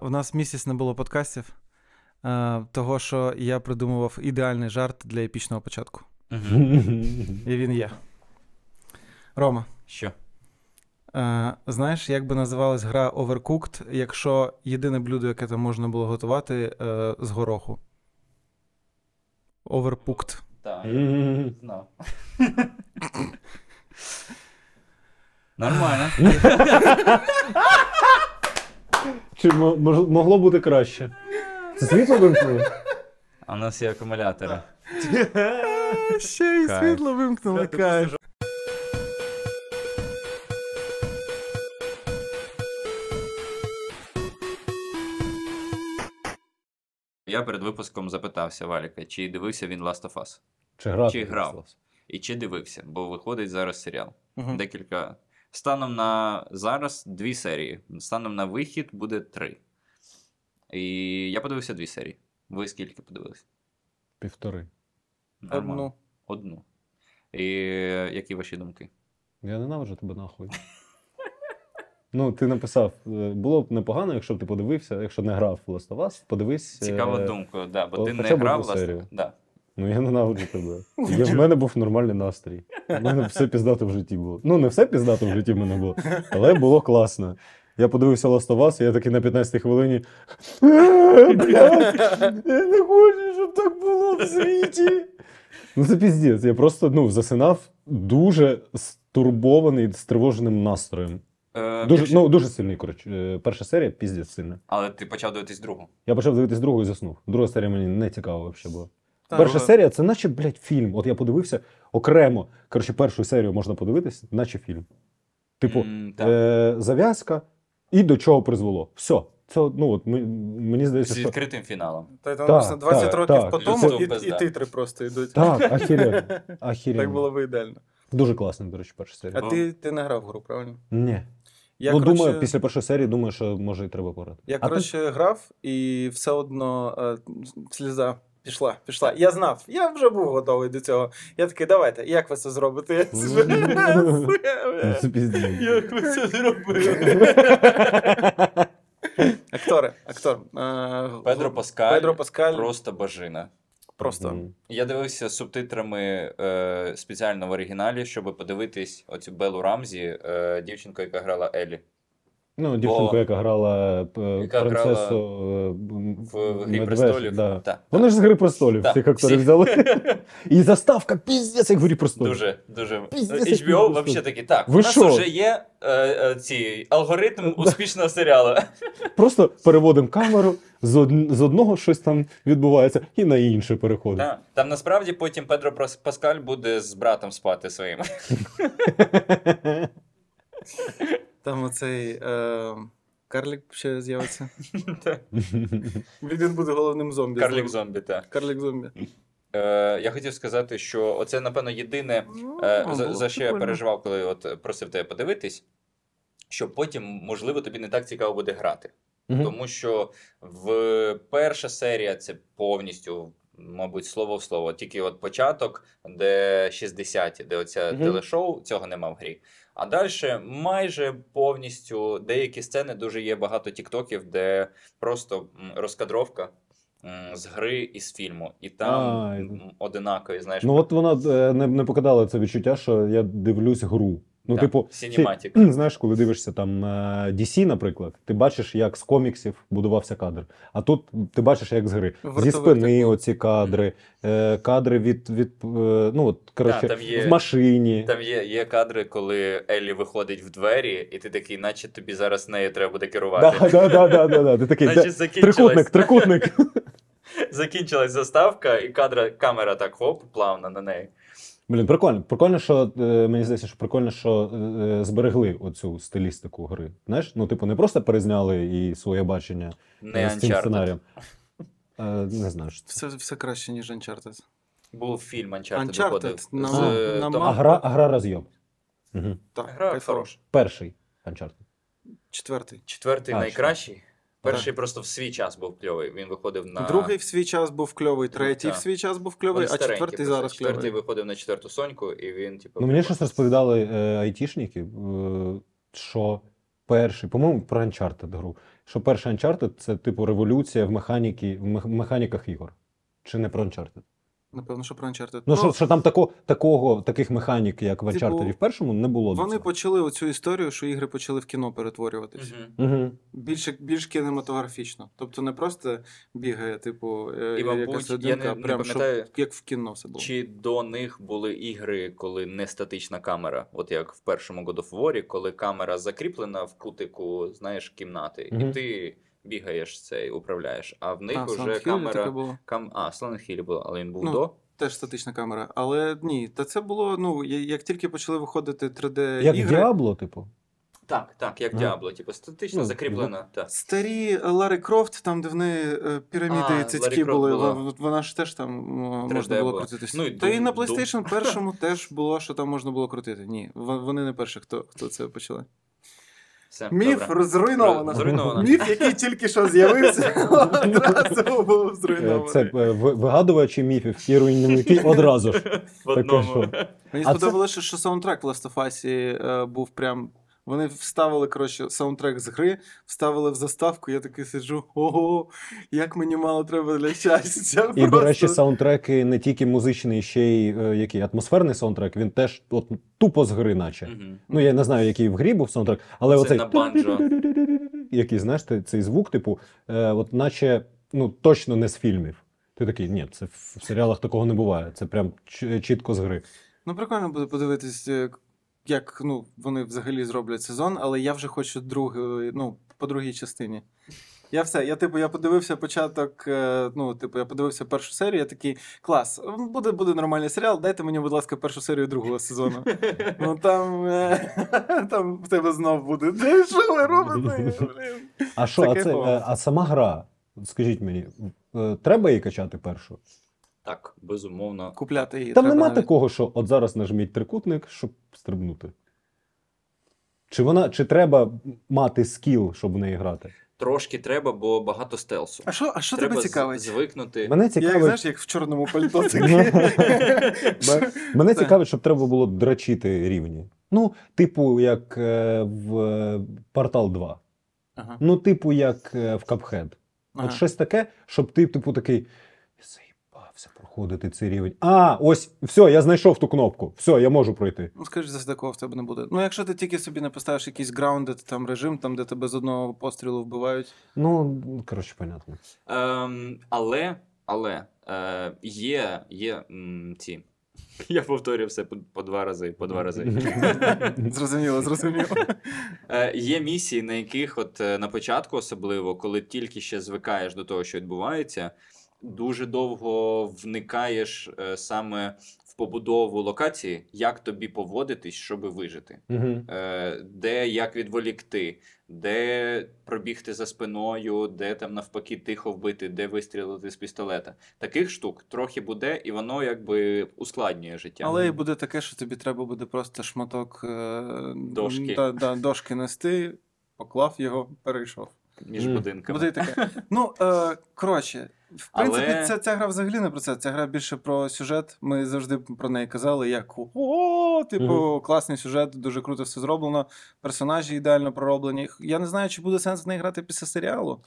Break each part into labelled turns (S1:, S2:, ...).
S1: У нас місяць не було подкастів, е, того що я придумував ідеальний жарт для епічного початку.
S2: Мгм.
S1: І він є. Рома,
S2: Що?
S1: е, знаєш, як би називалась гра Overcooked, якщо єдине блюдо, яке там можна було готувати е, з гороху? Overcooked.
S2: Так,
S3: Мгм.
S2: знав. Нормально.
S3: Чи мо- мож- могло бути краще? Це світло вимкнули?
S2: А у нас є акумулятори.
S1: Е, Ще й
S2: Кайф.
S1: світло вимкнули, кайф.
S2: Я перед випуском запитався Валіка, чи дивився він Last of Us,
S3: Чи грати?
S2: чи грав. І чи дивився, бо виходить зараз серіал.
S1: Мгм.
S2: Декілька. Станом на зараз дві серії. Станом на вихід буде три. І я подивився дві серії. Ви скільки подивилися?
S3: Півтори.
S2: Нормально.
S1: Одну.
S2: Одну. І е, які ваші думки?
S3: Я ненавиджу тебе нахуй. Ну, ти написав, е, було б непогано, якщо б ти подивився, якщо не грав в Last of Us, подивись. е,
S2: Цікава думка, да, бо
S3: то
S2: ти не
S3: хоча б
S2: грав
S3: одну
S2: власне.
S3: серію.
S2: Да.
S3: Ну, я ненавиджу тебе. Я, в мене був нормальний настрій. У мене все піздато в житті було. Ну, не все піздато в житті в мене було, але було класно. Я подивився Last of Us, і я такий на 15 хвилині. «Е, блядь, Я не хочу, щоб так було в світі. Ну, це піздець. Я просто ну, засинав дуже стурбований, стривоженим настроєм.
S2: Е,
S3: Дуже,
S2: якщо-
S3: ну, дуже сильний, коротше. Е, Перша серія піздець сильна.
S2: Але ти почав дивитись другу.
S3: Я почав дивитись другу і заснув. Друга серія мені не цікава взагалі була.
S1: Так.
S3: Перша серія це наче, блядь, фільм. От я подивився окремо. Коротше, першу серію можна подивитись, наче фільм. Типу,
S2: М, так.
S3: е- зав'язка і до чого призвело. Все. Це, ну, от, ми- мені здається,
S2: з
S3: що.
S2: відкритим фіналом.
S1: Та й там
S3: Так,
S1: написано 20
S3: так,
S1: років
S3: так.
S1: по тому,
S2: Люцом
S1: і,
S2: без
S1: і
S2: да.
S1: титри просто йдуть.
S3: Так, ахіренно. ахіренно.
S1: Так було б ідеально.
S3: Дуже класний, до речі, перша
S1: А
S3: серія.
S2: Ну.
S1: ти, ти не грав в гру, правильно?
S3: Ні.
S1: Я,
S3: ну,
S1: коротше,
S3: думаю, після першої серії думаю, що може і треба порад.
S1: Я,
S3: а ти-
S1: коротше, грав і все одно е, сліза пішла, пішла. Я знав, я вже був готовий до цього. Я такий, давайте, як ви це зробите? Я це
S3: Ну,
S1: зробив.
S3: це піздець.
S1: Як ви це зробили? Актори, актор. е,
S2: Педро Паскаль,
S1: Педро Паскаль
S2: просто бажина.
S1: просто.
S3: Мгм.
S2: Я дивився з субтитрами е, спеціально в оригіналі, щоб подивитись оцю Белу Рамзі, е, дівчинку, яка грала Елі.
S3: Ну, дівчинку,
S2: Бо-
S3: яка грала е,
S2: Яка грала
S3: принцесу е,
S2: В, в Грі
S3: Медвежа,
S2: престолів.
S3: да.
S2: Та.
S3: Вони ж з Гри престолів
S2: Так,
S3: всіх акторів
S2: всіх.
S3: взяли. І заставка піздець, як в Грі престолів.
S2: Дуже, дуже. Е,
S3: Пиздець, який
S2: HBO
S3: просто.
S2: взагалі такі. Так,
S3: Ви
S2: у нас
S3: що?
S2: вже є е, е, ці алгоритм успішного серіалу.
S3: Просто переводимо камеру, з, од... з одного щось там відбувається, і на інше переходимо.
S2: Та. Там насправді потім Педро Прос- Паскаль буде з братом спати своїм.
S1: Там оцей е, Карлік ще з'явиться. Він буде головним зомбі.
S2: Карлік зомбі, так.
S1: Карлік зомбі.
S2: Е, я хотів сказати, що оце, напевно, єдине, е,
S1: Ну,
S3: Ну,
S2: за, за що я переживав, коли от просив тебе подивитись, що потім, можливо, тобі не так цікаво буде грати. Тому що в перша серія це повністю, мабуть, слово в слово. Тільки от початок, де 60-ті, де оце
S3: Мгм.
S2: телешоу, цього нема в грі. А далі майже повністю деякі сцени дуже є багато тіктоків, де просто м, розкадровка м, з гри і з фільму. І там
S3: А,
S2: м, одинакові, знаєш,
S3: Ну от вона е, не, не покидала це відчуття, що я дивлюсь гру. Ну,
S2: да,
S3: типу,
S2: сінематік.
S3: ти, знаєш, коли дивишся там е, DC, наприклад, ти бачиш, як з коміксів будувався кадр. А тут ти бачиш, як з гри.
S1: Вартовий
S3: Зі спини оці кадри, е, кадри від, від е, ну, от, коротше,
S2: там є-
S3: в машині.
S2: Там є, є кадри, коли Еллі виходить в двері, і ти такий, наче тобі зараз нею треба буде керувати.
S3: Да, да, да, да, да, да. Ти такий,
S2: Значить,
S3: де-
S2: закінчилась,
S3: трикутник, трикутник.
S2: закінчилась заставка, і кадра, камера так хоп, плавно на неї.
S3: Блін, прикольно. Прикольно, що е, мені здається, що прикольно, що е, зберегли оцю стилістику гри. Знаєш, ну, типу, не просто перезняли і своє бачення
S2: Не
S3: е, з цим
S2: Uncharted.
S3: сценарієм. Е, не знаю, що це.
S1: Все, все краще, ніж Uncharted.
S2: Був фільм Uncharted,
S1: Uncharted
S2: виходив.
S1: на-
S2: з
S1: на
S2: Томом-
S3: А
S1: мапу.
S3: гра, а гра розйом. Угу.
S1: Так,
S2: Гра
S1: кайфово.
S2: хороша.
S3: Перший Uncharted.
S1: Четвертий.
S2: Четвертий
S3: А,
S2: найкращий. Перший просто в свій час був кльовий. Він виходив на Ну,
S1: Другий в свій час був кльовий, третій
S2: Так.
S1: в свій час був
S2: Вони
S1: кльовий, а
S2: старенькі
S1: четвертий
S2: просто.
S1: зараз
S2: Четвертий
S1: кльовий.
S2: виходив на четверту соньку, і він, типу,
S3: Ну, мені
S2: прикольно.
S3: щось розповідали е, айтішники, е, що перший, по-моєму, про Uncharted гру. що перший Uncharted це типу революція в механіки, в мех- механіках ігор. Чи не про Uncharted?
S1: Напевно, що про Uncharted.
S3: Ну, що, що там тако, такого, таких механік, як в
S1: Типу,
S3: Uncharted в першому, не було. до
S1: вони
S3: цього.
S1: почали оцю історію, що ігри почали в кіно перетворюватися.
S2: Мгм.
S3: Мгм.
S1: Більше більш кінематографічно. Тобто не просто бігає, типу, е,
S2: І, мабуть,
S1: якась
S2: я
S1: одинка,
S2: не-
S1: а
S2: не
S1: прям
S2: пам'ятаю.
S1: щоб як в кіно все було.
S2: Чи до них були ігри, коли не статична камера, от як в першому God of War, коли камера закріплена в кутику, знаєш, кімнати,
S3: Мгм.
S2: і ти бігаєш це і управляєш. А в них
S1: А, в Silent
S2: вже
S1: Hill таке
S2: камера.
S1: було.
S2: Кам... А, Silent Hill була, але він був
S1: Ну,
S2: до.
S1: Теж статична камера. Але ні, та це було, ну, я- як тільки почали виходити 3D
S3: Як
S1: Е, ігри.
S3: Діабло, типу.
S2: Так, так, як
S3: Ага.
S2: Діабло, типу, статично
S3: Ну,
S2: закріплена. Так.
S1: Старі е, Ларі Крофт, там, де в неї е, піраміди
S2: А,
S1: і цицькі
S2: Ларі Крофт
S1: були,
S2: була.
S1: вон- вона ж теж там е,
S2: 3D
S1: можна було
S2: була.
S1: крутитися.
S2: Ну, і
S1: Та і
S2: Doom-
S1: на
S2: Doom.
S1: PlayStation першому теж було, що там можна було крутити. Ні, во- вони не перші, хто, хто це почали.
S2: Все,
S1: Міф
S2: добре.
S1: зруйновано.
S2: Зруйновано.
S1: Міф, який тільки що з'явився, одразу був
S3: Е,
S1: зруйнований.
S3: Це е, ви- вигадувачі міфів і руйнівники одразу ж.
S2: В
S3: Таке
S2: одному.
S1: Мені
S3: А
S1: сподобалося, що саундтрек в Last of Us е, був прям. Вони вставили, коротше, саундтрек з гри, вставили в заставку, я такий сиджу, ого, як мені мало треба для щастя.
S3: І, до речі,
S1: просто».
S3: саунтреки не тільки музичний, ще й е, який атмосферний саундтрек, він теж от тупо з гри, наче.
S2: Мгм.
S3: Ну, я не знаю, який в грі був саундтрек, але
S2: Це
S3: оцей
S2: на банджо.
S3: який, знаєш, ти- цей звук, типу, е, от наче ну, точно не з фільмів. Ти такий, ні, це в в серіалах такого не буває. Це прям ч- чітко з гри.
S1: Ну, прикольно буде подивитись, е, як ну, вони взагалі зроблять сезон, але я вже хочу другий, ну, по другій частині. Я все, я типу, я подивився початок, е, ну, типу, я подивився першу серію, я такий клас, буде, буде нормальний серіал, дайте мені, будь ласка, першу серію другого сезону. Ну там, е, там в тебе знов буде. «Де, Що ви робите? Блін?»
S3: А що,
S1: Це
S3: а, це,
S1: кайфово.
S3: е, а сама гра, скажіть мені, е, треба її качати першу?
S2: Так, безумовно.
S1: Купляти її.
S3: Там
S1: треба
S3: нема
S1: навіть.
S3: такого, що от зараз нажміть трикутник, щоб стрибнути. Чи, вона, чи треба мати скіл, щоб в неї грати?
S2: Трошки треба, бо багато стелсу.
S1: А що, а що
S2: треба
S1: тебе
S2: з-
S1: цікавить?
S2: звикнути.
S3: Мене
S1: Я як,
S3: цікавить,
S1: знаєш, як в чорному пальто такий.
S3: мене
S1: Так.
S3: цікавить, щоб треба було драчити рівні. Ну, типу, як е, в е, Портал 2.
S1: Ага.
S3: Ну, типу, як е, в Cuphead. От
S1: Ага.
S3: щось таке, щоб ти, типу, такий. Заїбався проходити цей рівень. А, ось, все, я знайшов ту кнопку. Все, я можу пройти.
S1: Ну, скажи, за такого в тебе не буде. Ну, якщо ти тільки собі не поставиш якийсь grounded там режим, там, де тебе з одного пострілу вбивають.
S3: Ну, коротше, понятно.
S2: Ем, але, але е, є, є м, ці. Я повторюю все по, по два рази, по два рази.
S1: Зрозуміло, зрозуміло.
S2: Е, є місії, на яких, от е, на початку, особливо, коли тільки ще звикаєш до того, що відбувається, дуже довго вникаєш е, саме в побудову локації, як тобі поводитись, щоб вижити.
S3: Мгм.
S2: Е, де як відволікти, де пробігти за спиною, де там навпаки тихо вбити, де вистрілити з пістолета. Таких штук трохи буде, і воно якби ускладнює життя.
S1: Але і буде таке, що тобі треба буде просто шматок е,
S2: Дошки.
S1: Да, да, дошки нести, поклав його, перейшов.
S2: між
S3: Мгм.
S2: будинками.
S1: Буде і таке. Ну, е, коротше, в
S2: Але-
S1: принципі, ця, ця гра взагалі не про це. Ця гра більше про сюжет. Ми завжди про неї казали, як о, типу,
S3: Мгм.
S1: класний сюжет, дуже круто все зроблено. Персонажі ідеально пророблені. Я не знаю, чи буде сенс в неї грати після серіалу.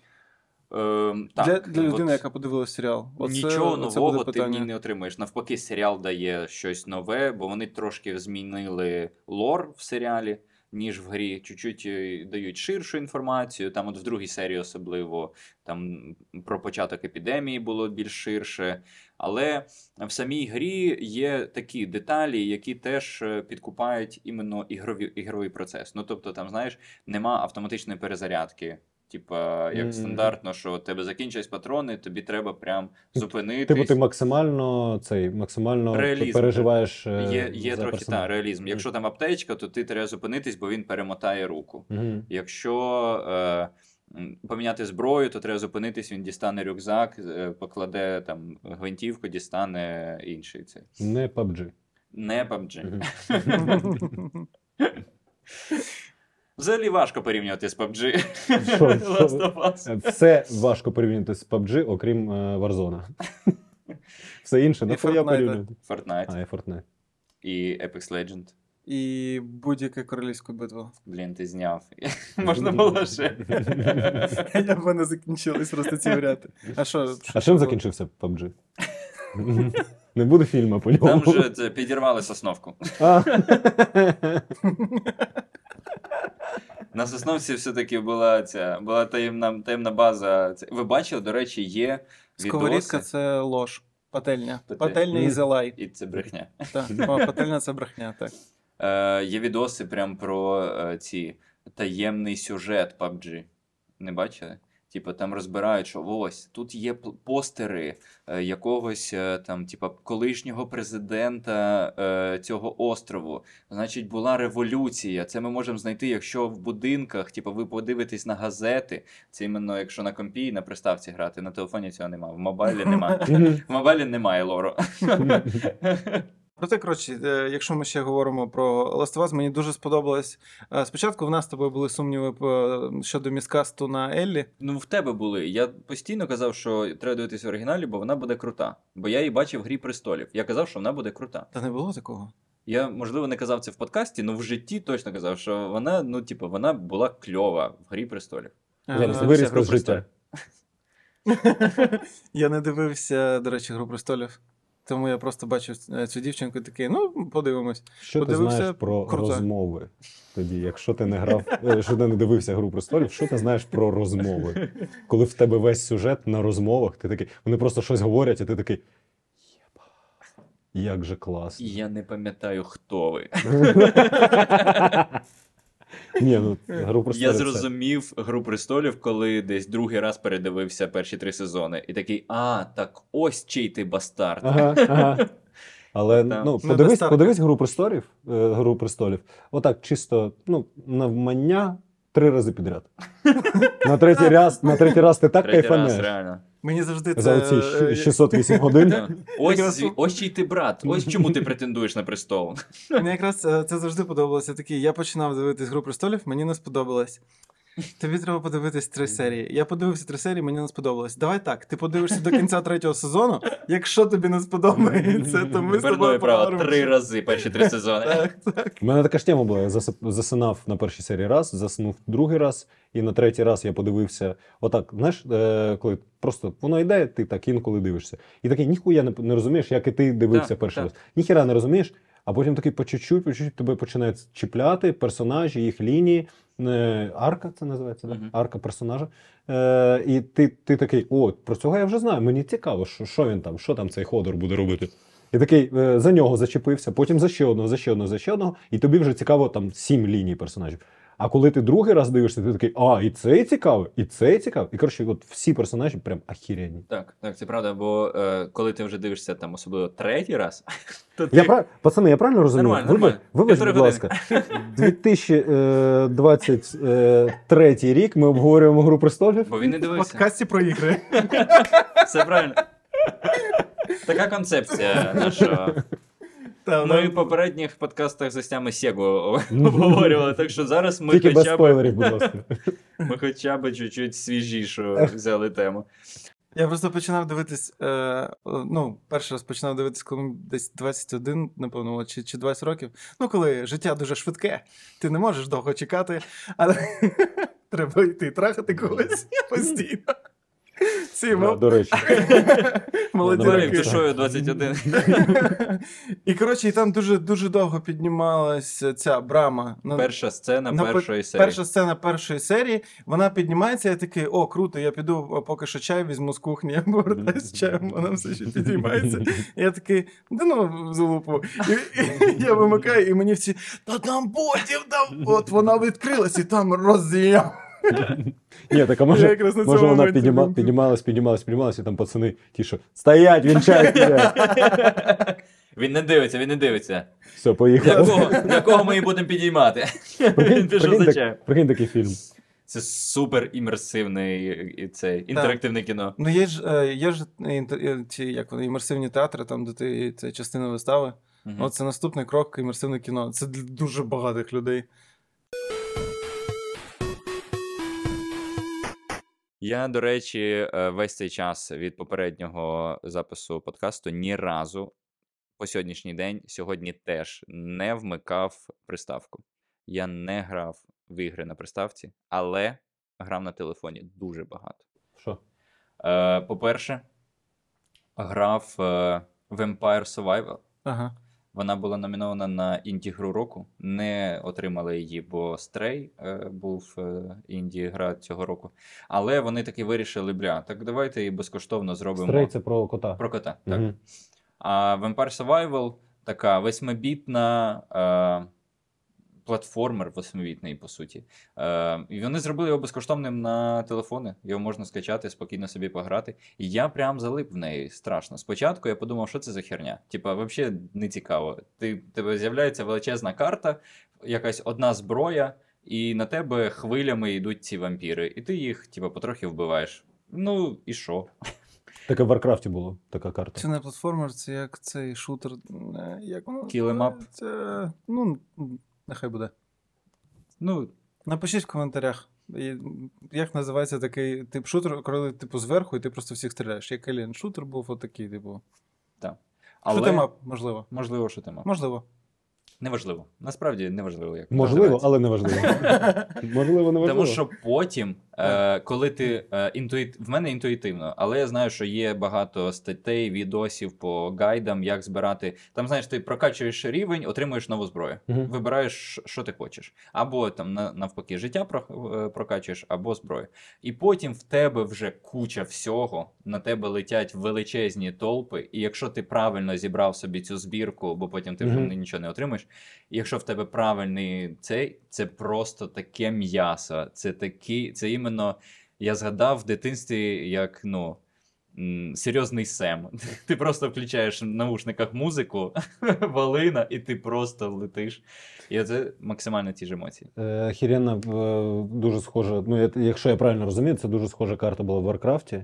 S2: Ем, так,
S1: для, для людини,
S2: от
S1: яка подивилася серіал. Оце,
S2: Нічого
S1: оце
S2: нового
S1: буде
S2: ти в
S1: питання.
S2: ній не отримаєш. Навпаки, серіал дає щось нове, бо вони трошки змінили лор в серіалі, ніж в грі. Чуть-чуть е, дають ширшу інформацію. Там, от в другій серії, особливо там про початок епідемії було більш ширше. Але в самій грі є такі деталі, які теж е, підкупають іменно ігрові, ігровий процес. Ну тобто, там, знаєш, нема автоматичної перезарядки. Типа, як
S3: Мгм.
S2: стандартно, що у тебе закінчились патрони, тобі треба прям зупинитись.
S3: Типу, ти максимально цей максимально
S2: Реалізм.
S3: переживаєш. е,
S2: Є, є
S3: за
S2: трохи та,
S3: персонажа.
S2: реалізм. Якщо там аптечка, то ти треба зупинитись, бо він перемотає руку.
S3: Мгм.
S2: Якщо е, м, поміняти зброю, то треба зупинитись, він дістане рюкзак, е, покладе там гвинтівку, дістане інший. Це.
S3: Не PUBG.
S2: Не PUBG.
S3: Мгм.
S2: Взагалі важко порівнювати з PUBG.
S3: Що-
S2: Last
S3: що-
S2: of Us.
S3: Е, Все важко порівняти з PUBG, окрім е, Warzone. Все інше,
S1: І
S3: нахуя
S1: Fortnite.
S3: порівнювати.
S2: Fortnite
S3: А, і Fortnite.
S2: і Apex Legend.
S1: І і будь-яке королівську битву.
S2: Блін, ти зняв. Можна було ще.
S1: Я в мене закінчились просто ці варіанти. А що?
S3: А чим закінчився PUBG? Не буде фільму по ньому.
S2: Там же це, підірвали сосновку.
S3: А.
S2: На сосновці все-таки була ця була таємна, таємна база. Це- Ви бачили, до речі, є
S1: Сковорідка
S2: відоси.
S1: це лож. Пательня.
S2: Пательня.
S1: Пательня і
S3: Мгм.
S1: залай.
S2: І це брехня.
S1: Так. О, пательня це брехня, так.
S2: Е, є відоси прям про е, ці таємний сюжет PUBG. Не бачили? Типу, там розбирають, що ось тут є пл- постери е, якогось е, там, типу, колишнього президента е, цього острову. Значить, була революція. Це ми можемо знайти, якщо в будинках, типу, ви подивитесь на газети. Це іменно, якщо на компі і на приставці грати. На телефоні цього немає. В мобайлі немає. В мобайлі немає лору.
S1: Проте, коротше, е, якщо ми ще говоримо про Last of Us, мені дуже сподобалось. е, Спочатку в нас з тобою були сумніви е, щодо міскасту на Еллі.
S2: Ну, в тебе були. Я постійно казав, що треба дивитися в оригіналі, бо вона буде крута. Бо я її бачив в грі престолів. Я казав, що вона буде крута.
S1: Та не було такого.
S2: Я, можливо, не казав це в подкасті, але в житті точно казав, що вона, ну, типу, вона була кльова в грі престолів.
S1: Е,
S3: Зараз
S2: Це
S3: вирізка
S2: гру
S3: з життя.
S1: Я не дивився, до речі, гру престолів. Тому я просто бачив е, цю дівчинку і такий, ну, подивимось.
S3: Що ти
S1: Подивився,
S3: знаєш про
S1: круто.
S3: розмови? Тоді, якщо ти не грав, е, що ти не дивився гру престолів, що ти знаєш про розмови? Коли в тебе весь сюжет на розмовах, ти такий, вони просто щось говорять, а ти такий. «Єба, Як же класно.
S2: І я не пам'ятаю, хто ви.
S3: Ні, ну гру престолів.
S2: я
S3: це-
S2: зрозумів гру престолів, коли десь другий раз передивився перші три сезони. І такий, а, так ось чий ти бастард.
S3: Ага, ага. Але
S2: Та.
S3: ну,
S1: Не
S3: подивись,
S1: достатньо.
S3: подивись гру престолів, е, гру престолів. Отак, чисто, ну, навмання три рази підряд. На третій раз, на третій раз ти так
S2: Третій раз,
S3: кайфанеш.
S2: реально.
S1: Мені завжди це.
S3: За оці
S1: е,
S3: щ- 608 годин.
S2: Так. Ось,
S1: Якраз-
S2: зві- ось чий ти брат, ось чому ти претендуєш на престол.
S1: Мені якраз е, це завжди подобалося. Такий, я починав дивитись гру престолів, мені не сподобалось. Тобі треба подивитись три серії. Я подивився три серії, мені не сподобалось. Давай так, ти подивишся до кінця третього сезону. Якщо тобі не сподобається, то ми з
S2: Тепер
S1: тобою
S2: право
S1: поговоримо.
S2: три рази перші три сезони.
S1: Так, так.
S3: У мене така ж тема була. Я засип- засинав на першій серії раз, заснув другий раз, і на третій раз я подивився. Отак, знаєш, е, коли просто воно йде, ти так інколи дивишся. І такий ніхуя не, не розумієш, як і ти дивився
S2: Так, так.
S3: перший раз. Ніхіра не розумієш, а потім такий по чуть-чуть, по чуть-чуть тебе починають чіпляти персонажі, їх лінії. е, Арка це називається, да?
S2: Мгм.
S3: арка персонажа. Е, і ти, ти такий, о, про цього я вже знаю. Мені цікаво, що, що він там, що там цей ходор буде робити. І такий е, за нього зачепився, потім за ще одного, за ще одного, за ще одного, і тобі вже цікаво там сім ліній персонажів. А коли ти другий раз дивишся, ти такий, а, і цей цікавий, і цей цікавий. І коротше, от всі персонажі прям ахірені.
S2: Так, так, це правда, бо е, коли ти вже дивишся там особливо третій раз, то ти
S3: Я прав... Пацани, я правильно розумію?
S2: Нормально,
S3: Вибач-
S2: нормально.
S3: Вибач,
S2: Півтори
S3: будь ласка, е, 2023 е, рік ми обговорюємо гру престолів.
S2: бо він не
S1: В
S2: дивився.
S1: подкасті про ігри.
S2: Все правильно. Така концепція нашого.
S1: Та,
S2: Ми
S1: да.
S2: в попередніх подкастах з гостями Сєгу обговорювали, так що зараз ми
S3: Тільки без
S2: хоча б
S3: спойлерів, будь ласка.
S2: ми хоча б чуть-чуть свіжішу взяли тему.
S1: Я просто починав дивитись. Е, е, ну, перший раз починав дивитись, коли мені десь 21, напевно, от, чи, чи 20 років. Ну, коли життя дуже швидке, ти не можеш довго чекати, але треба йти трахати когось постійно. Ці
S3: Да, До речі,
S2: Дорі,
S3: Добре,
S1: молодці.
S3: пішов.
S2: пішою 21.
S1: І коротше, і там дуже дуже довго піднімалася ця брама. Ну, На-
S2: Перша сцена
S1: На пе-
S2: першої серії.
S1: Перша сцена першої серії, вона піднімається, я такий, о, круто, я піду а, поки що чай візьму з кухні, я повертаюся з чаєм, вона все ще підіймається. І я такий, да ну в залупу. І, і, я вимикаю, і мені всі, та там ботів, там, от вона відкрилась, і там роз'єм.
S3: Ні, так а
S1: Я
S3: може,
S1: якраз на
S3: може
S1: цьому моменті
S3: вона
S1: ну.
S3: підніма,
S1: був.
S3: піднімалась, піднімалась, піднімалась, і там пацани ті, що стоять, він чай п'є.
S2: Він не дивиться, він не дивиться.
S3: Все, поїхали.
S2: Якого, якого ми і будемо підіймати? Він пішов за
S3: так-
S2: чаєм.
S3: прикинь такий фільм. це
S2: Це супер імерсивне і, і це інтерактивне кіно.
S1: Ну є ж, е, є ж інтер- е, ці, як вони, імерсивні театри, там, де ти, це частина вистави.
S2: Мгм.
S1: От це наступний крок імерсивне кіно. Це для дуже багатих людей.
S2: Я, до речі, е, весь цей час від попереднього запису подкасту ні разу по сьогоднішній день сьогодні теж не вмикав приставку. Я не грав в ігри на приставці, але грав на телефоні дуже багато.
S3: Що?
S2: Е, по-перше, грав е, в Empire Survival.
S1: Ага.
S2: Вона була номінована на інді-гру року. Не отримали її, бо Стрей е, був е, інді-гра цього року. Але вони таки вирішили: бля, так давайте і безкоштовно зробимо
S3: Стрей це про кота.
S2: про кота. Так.
S3: Мгм.
S2: А Vampire Survival така восьмибітна е, платформер, восьмибітний, по суті. Е, і вони зробили його безкоштовним на телефони. Його можна скачати, спокійно собі пограти. І я прям залип в неї страшно. Спочатку я подумав, що це за херня. Типа, взагалі не цікаво. Ти, тебе з'являється величезна карта, якась одна зброя, і на тебе хвилями йдуть ці вампіри. І ти їх, типа, потрохи вбиваєш. Ну і що?
S3: Таке в Варкрафті було, така карта.
S1: Це не платформер, це як цей шутер. е, Як воно?
S2: Kill 'em up.
S1: Це, ну, нехай буде.
S2: Ну,
S1: Напишіть в коментарях, і- як називається такий тип шутер, коли типу зверху, і ти просто всіх стріляєш. Як Alien шутер був отакий, типу. Але... Шутемап, можливо.
S2: Можливо, що тема.
S1: Можливо.
S2: Неважливо. Насправді неважливо, як
S3: Можливо,
S2: називається.
S3: але не важливо. Можливо, не важливо.
S2: Тому що потім, е, коли ти е, інтуїт... в мене інтуїтивно, але я знаю, що є багато статей, відосів по гайдам, як збирати. Там знаєш, ти прокачуєш рівень, отримуєш нову зброю.
S3: Мгм.
S2: Вибираєш, що ти хочеш. Або там на- навпаки життя про- е, прокачуєш, або зброю. І потім в тебе вже куча всього, на тебе летять величезні толпи. І якщо ти правильно зібрав собі цю збірку, бо потім ти вже
S3: Мгм.
S2: нічого не отримаєш. І якщо в тебе правильний цей, це просто таке м'ясо. Це такі, це іменно я згадав в дитинстві, як ну. м, Серйозний сем. Ти просто включаєш в наушниках музику, валина, і ти просто летиш. І це максимально ті ж емоції.
S3: Е, Хірена е, дуже схожа. Ну, я- якщо я правильно розумію, це дуже схожа карта була в Варкрафті.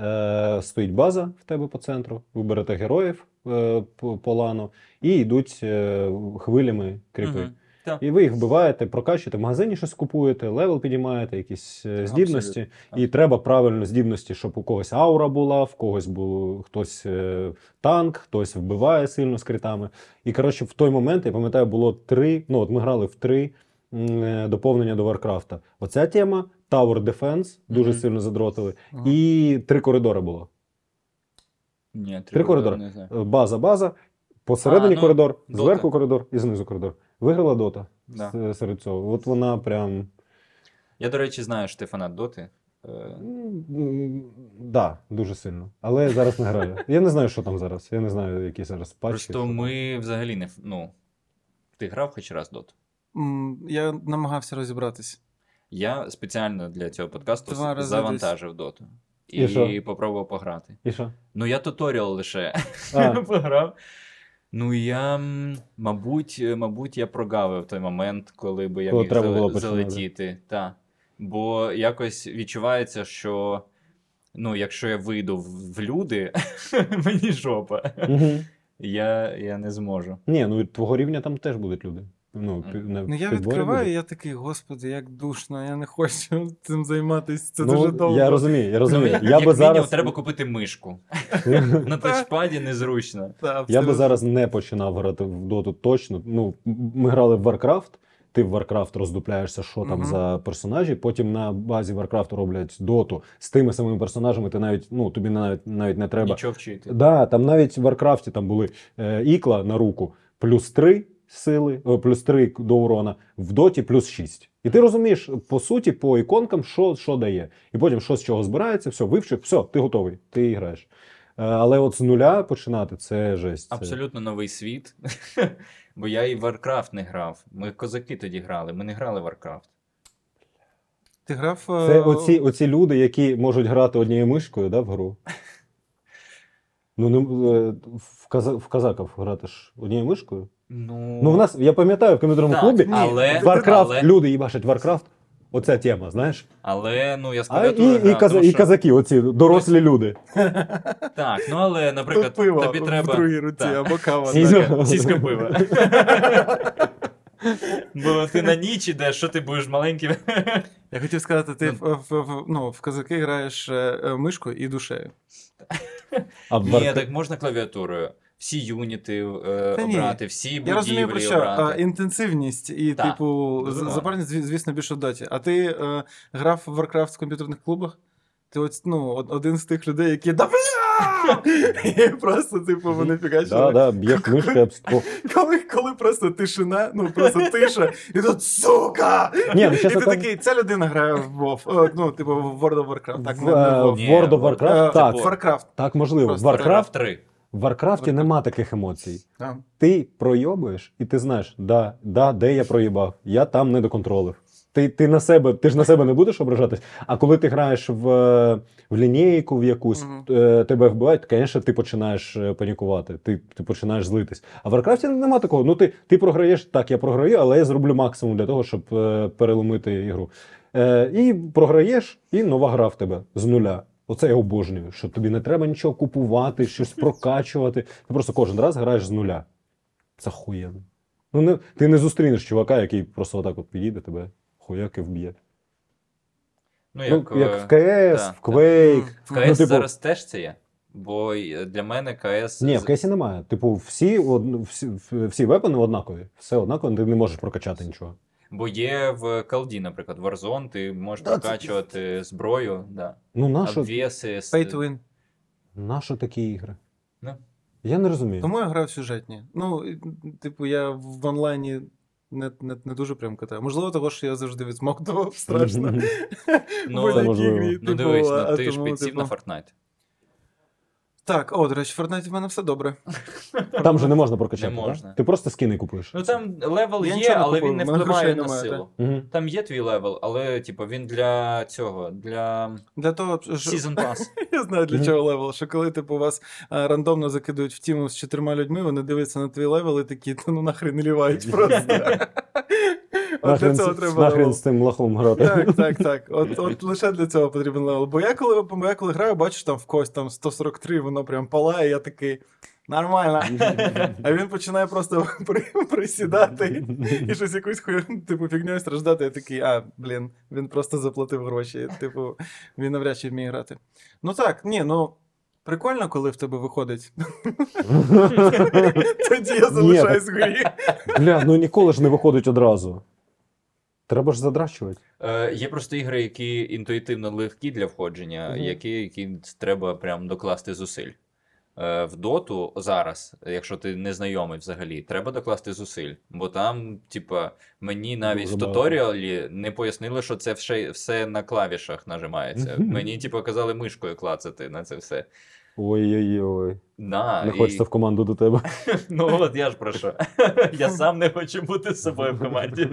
S3: Е, стоїть база в тебе по центру, ви берете героїв е, по, по лану і йдуть е, хвилями кріпи.
S2: Мгм. Та.
S3: І ви їх вбиваєте, прокачуєте, в магазині щось купуєте, левел піднімаєте, якісь е, здібності. І
S2: Так.
S3: треба правильно здібності, щоб у когось аура була, в когось був хтось е, танк, хтось вбиває сильно з критами. І коротше, в той момент, я пам'ятаю, було три. Ну, от ми грали в три м, е, доповнення до Варкрафта. Оця тема Tower Defense дуже
S2: Мгм.
S3: сильно задротили.
S1: Ага.
S3: І три коридори було.
S2: Ні,
S3: Три коридори.
S2: не знаю.
S3: Е, База, база, посередині
S2: А, ну,
S3: коридор,
S2: Dota.
S3: зверху коридор і знизу коридор. Виграла Дота
S2: Да.
S3: с- серед цього. От вона прям.
S2: Я, до речі, знаю, що ти фанат Доти. Е,
S3: Ну, м, Да, дуже сильно. Але я зараз не граю. Я не знаю, що там зараз. Я не знаю, які зараз патчі. що
S2: Просто
S3: там.
S2: ми взагалі не. ф- Ну, ти грав хоч раз Доту?
S1: М, Я намагався розібратись.
S2: Я спеціально для цього подкасту
S1: Два
S2: с-
S1: рази
S2: завантажив Доту. І,
S3: І що?
S2: попробував пограти.
S3: І що?
S2: Ну, я туторіал лише
S3: А,
S2: пограв. Ну, я, м, мабуть, е, мабуть, я прогавив той момент, коли би я
S3: Коли
S2: міг
S3: треба
S2: зале-
S3: було починати.
S2: залетіти. Та. Бо якось відчувається, що ну, якщо я вийду в в люди, мені жопа.
S3: мгм.
S2: Я, я не зможу.
S3: Ні, ну від твого рівня там теж будуть люди. Ну, пі- на
S1: Ну я
S3: підборі
S1: відкриваю,
S3: будуть.
S1: і я такий, господи, як душно, я не хочу цим займатися. Це
S3: ну,
S1: дуже довго.
S3: Я розумію, я розумію.
S2: Ну,
S3: я
S2: як
S3: би
S2: мінімум,
S3: зараз...
S2: треба купити мишку. На тачпаді незручно.
S1: Та,
S3: Я би
S1: абсолютно.
S3: зараз не починав грати в доту точно. Ну, м- ми грали в Warcraft, ти в Warcraft роздупляєшся, що там
S1: Мгм.
S3: за персонажі. Потім на базі Warcraft роблять доту з тими самими персонажами. Ти навіть ну тобі навіть навіть не треба.
S2: Нічого вчити.
S3: Да, там навіть в Варкрафті там були е, ікла на руку, плюс 3 сили, о, плюс 3 до урона, в доті плюс 6. І ти розумієш, по суті, по іконкам, що, що дає. І потім що з чого збирається, все, вивчив, все, ти готовий, ти і граєш. Е, але от з нуля починати це жесть. Це-
S2: Абсолютно новий світ. Бо я і в Warcraft не грав. Ми козаки тоді грали, ми не грали в Warcraft.
S1: Ти грав. е,
S3: Це оці, оці люди, які можуть грати однією мишкою да, в гру. Ну, не, е, в, каза, в казаків грати ж однією мишкою.
S2: Ну,
S3: Ну, в нас, я пам'ятаю, в комп'ютерному
S2: Так,
S3: клубі
S2: але-
S3: Варкрафт,
S2: але-
S3: люди їбашать Варкрафт. Оця тема, знаєш?
S2: але ну я з
S3: А, і,
S2: клавіатурою
S3: і,
S2: грав,
S3: каза-
S2: тому
S3: і
S2: що-
S3: казаки, оці дорослі люди.
S2: Так, ну але, наприклад,
S1: Тут пиво
S2: тобі треба.
S1: в другій руці
S2: Так.
S1: або кава.
S3: Ні.
S2: Сіська, сіська пива. Бо ти на ніч ідеш, що ти будеш маленьким.
S1: Я хотів сказати, ти
S2: Ну.
S1: в, в, в, ну, в казаки граєш е, е, мишкою і душею.
S3: А в
S2: Ні,
S3: Варк-
S2: так можна клавіатурою. всі юніти е,
S1: Та ні.
S2: обрати, всі
S1: Я розумію про
S2: будівлі
S1: що а,
S2: обрати.
S1: інтенсивність і,
S2: Так,
S1: типу,
S2: безумовно.
S1: з- запарність, зві- звісно, більше в доті. А ти е, грав в Warcraft в комп'ютерних клубах? Ти от, ну, од- один з тих людей, які да бля! І просто, типу, вони
S3: Да,
S1: фігачили.
S3: да, б'є книжка об сто.
S1: Коли, коли просто тишина, ну просто тиша, і тут сука!
S3: Ні, ну,
S1: і ти
S3: чесно, кажучи,
S1: такий, ця людина грає в WoW. Е, Ну, типу, в World of Warcraft. Так,
S3: в
S1: не,
S3: е,
S1: не в
S3: в
S1: WoW.
S2: Ні, типу,
S3: World of
S2: World-
S3: Warcraft
S1: Е,
S3: так,
S1: в Warcraft.
S3: так можливо. В
S1: Просто
S3: Warcraft,
S2: 3.
S3: в Warcraft нема таких емоцій.
S1: Да.
S3: Ти пройобуєш, і ти знаєш, да, да, де я проїбав, я там не доконтролив. Ти, ти на себе, ти ж на себе не будеш ображатись. А коли ти граєш в, е, в лінійку в якусь,
S1: Мгм.
S3: е, тебе вбивають, звісно, ти починаєш е, панікувати, ти, ти починаєш злитись. А в Warcraft нема такого. Ну ти, ти програєш, так, я програю, але я зроблю максимум для того, щоб е, переломити ігру. Е, і програєш, і нова гра в тебе з нуля. Оце я обожнюю, що тобі не треба нічого купувати, щось прокачувати. Ти просто кожен раз граєш з нуля. Це хуєнно. Ну, не, ти не зустрінеш чувака, який просто отак от підійде тебе, хуяки вб'є.
S2: Ну,
S3: Ну,
S2: як,
S3: як,
S2: е,
S3: в КС,
S2: да,
S3: в Quake.
S2: в
S3: ну,
S2: КС
S3: типу-
S2: зараз теж це є. Бо й е, для мене КС.
S3: Ні, в КС немає. Типу, всі, од... всі, всі вепани однакові. Все однаково, ти не можеш прокачати нічого.
S2: Бо є в колді, наприклад, Warzone, ти можеш
S3: Да, це-
S2: прокачувати зброю, да.
S3: Ну, нащо,
S2: обвеси. с-
S1: Pay to win.
S3: нащо такі ігри?
S2: Ну.
S3: Я не розумію.
S1: Тому я грав сюжетні. Ну, і, типу, я в онлайні не, не, не дуже прям катаю. Можливо, того, що я завжди відсмоктував страшно.
S2: Ну,
S1: Будь-які
S3: це можливо.
S1: ігри,
S2: Ну
S1: типу,
S2: дивись,
S1: а
S2: ну ти ж
S1: тому,
S2: підсів
S1: типу,
S2: на Fortnite.
S1: Так, о, до речі, в Fortnite в мене все добре.
S3: Там же не можна прокачати.
S2: Не
S3: да?
S2: можна.
S3: Ти просто скини купуєш.
S2: Ну там левел
S1: Я
S2: є,
S1: нічого не
S2: але
S1: купив,
S2: він не
S1: в мене
S2: впливає
S1: грошей
S2: на
S1: немає,
S2: силу.
S3: Угу.
S2: Там є твій левел, але типу він для цього, для
S1: Для того, що
S2: Season Pass.
S1: я знаю для
S3: Мгм.
S1: чого левел, що коли типу вас е, рандомно закидують в тіму з чотирма людьми, вони дивляться на твій левел і такі, «Та ну нахрен не лівають просто. От для
S3: Нахрен,
S1: цього
S3: з-
S1: треба.
S3: нахрен
S1: левел.
S3: з цим лохом грати.
S1: Так, так, так. От, от лише для цього потрібен левел. Бо я коли, бо я коли граю, бачу там в когось там 143, воно прям палає, я такий. Нормально. А він починає просто при- присідати і щось якусь хуй, типу, фігньою страждати. Я такий, а, блін, він просто заплатив гроші. Типу, він навряд чи вміє грати. Ну так, ні, ну. Прикольно, коли в тебе виходить. Тоді я залишаюсь в грі.
S3: Бля, ну ніколи ж не виходить одразу. Треба ж задрачувати.
S2: Е, Є просто ігри, які інтуїтивно легкі для входження,
S3: Мгм.
S2: які, які треба прям докласти зусиль. Е, В доту зараз, якщо ти не знайомий взагалі, треба докласти зусиль. Бо там, типа, мені навіть
S3: Дуже
S2: в
S3: багато.
S2: туторіалі не пояснили, що це все, все на клавішах нажимається.
S3: Мгм.
S2: Мені, типа, казали мишкою клацати на це все.
S3: Ой-ой-ой.
S2: Да,
S3: Не
S2: і-
S3: хочеться в команду до тебе.
S2: Ну от я ж про що. Я сам не хочу бути з собою в команді.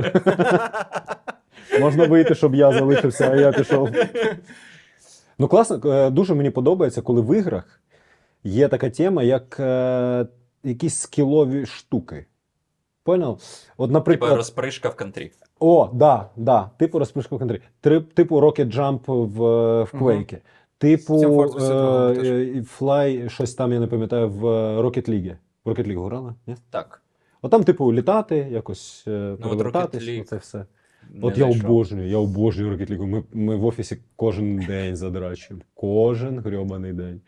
S3: Можна вийти, щоб я залишився, а я пішов. Ну, класно, е, дуже мені подобається, коли в іграх є така тема, як е, якісь скілові штуки. Поняв? От, наприклад,
S2: Типа розпришка в контрі.
S3: о, да, да, типу розпришку контрі, Три- типу Rocket Jump в, е, в
S1: Мгм.
S3: Quake, типу
S1: Всім Fortress відомо
S3: е,
S1: теж.
S3: е, Fly, щось там, я не пам'ятаю, в е, Rocket League. В Rocket League грала? Ні?
S2: Так.
S3: От там, типу, літати, якось е,
S2: Ну, от Rocket
S3: перевертатись,
S2: League.
S3: оце все.
S2: не
S3: От я
S2: знайшов.
S3: обожнюю, я обожнюю Rocket League. Ми, ми в офісі кожен день задрачуємо. Кожен грьобаний день.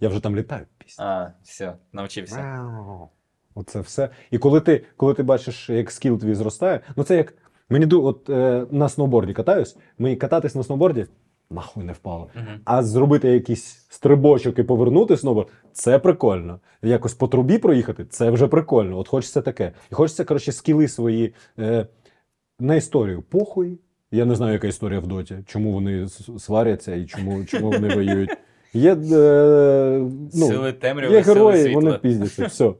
S3: Я вже там літаю пісня.
S2: А, все, навчився.
S3: Вау. Оце все. І коли ти, коли ти бачиш, як скіл твій зростає, ну це як. Мені ду- от е, на сноуборді катаюсь, мені кататись на сноуборді нахуй не впало.
S2: Мгм.
S3: А зробити якийсь стрибочок і повернути сноуборд це прикольно. Якось по трубі проїхати це вже прикольно. От хочеться таке. І хочеться, коротше, скіли свої е, на історію похуй. Я не знаю, яка історія в доті, чому вони с- сваряться і чому, чому вони воюють. Є, е, ну,
S2: сили темряви,
S3: Є
S2: сили
S3: герої,
S2: світла.
S3: вони піздяться. Все.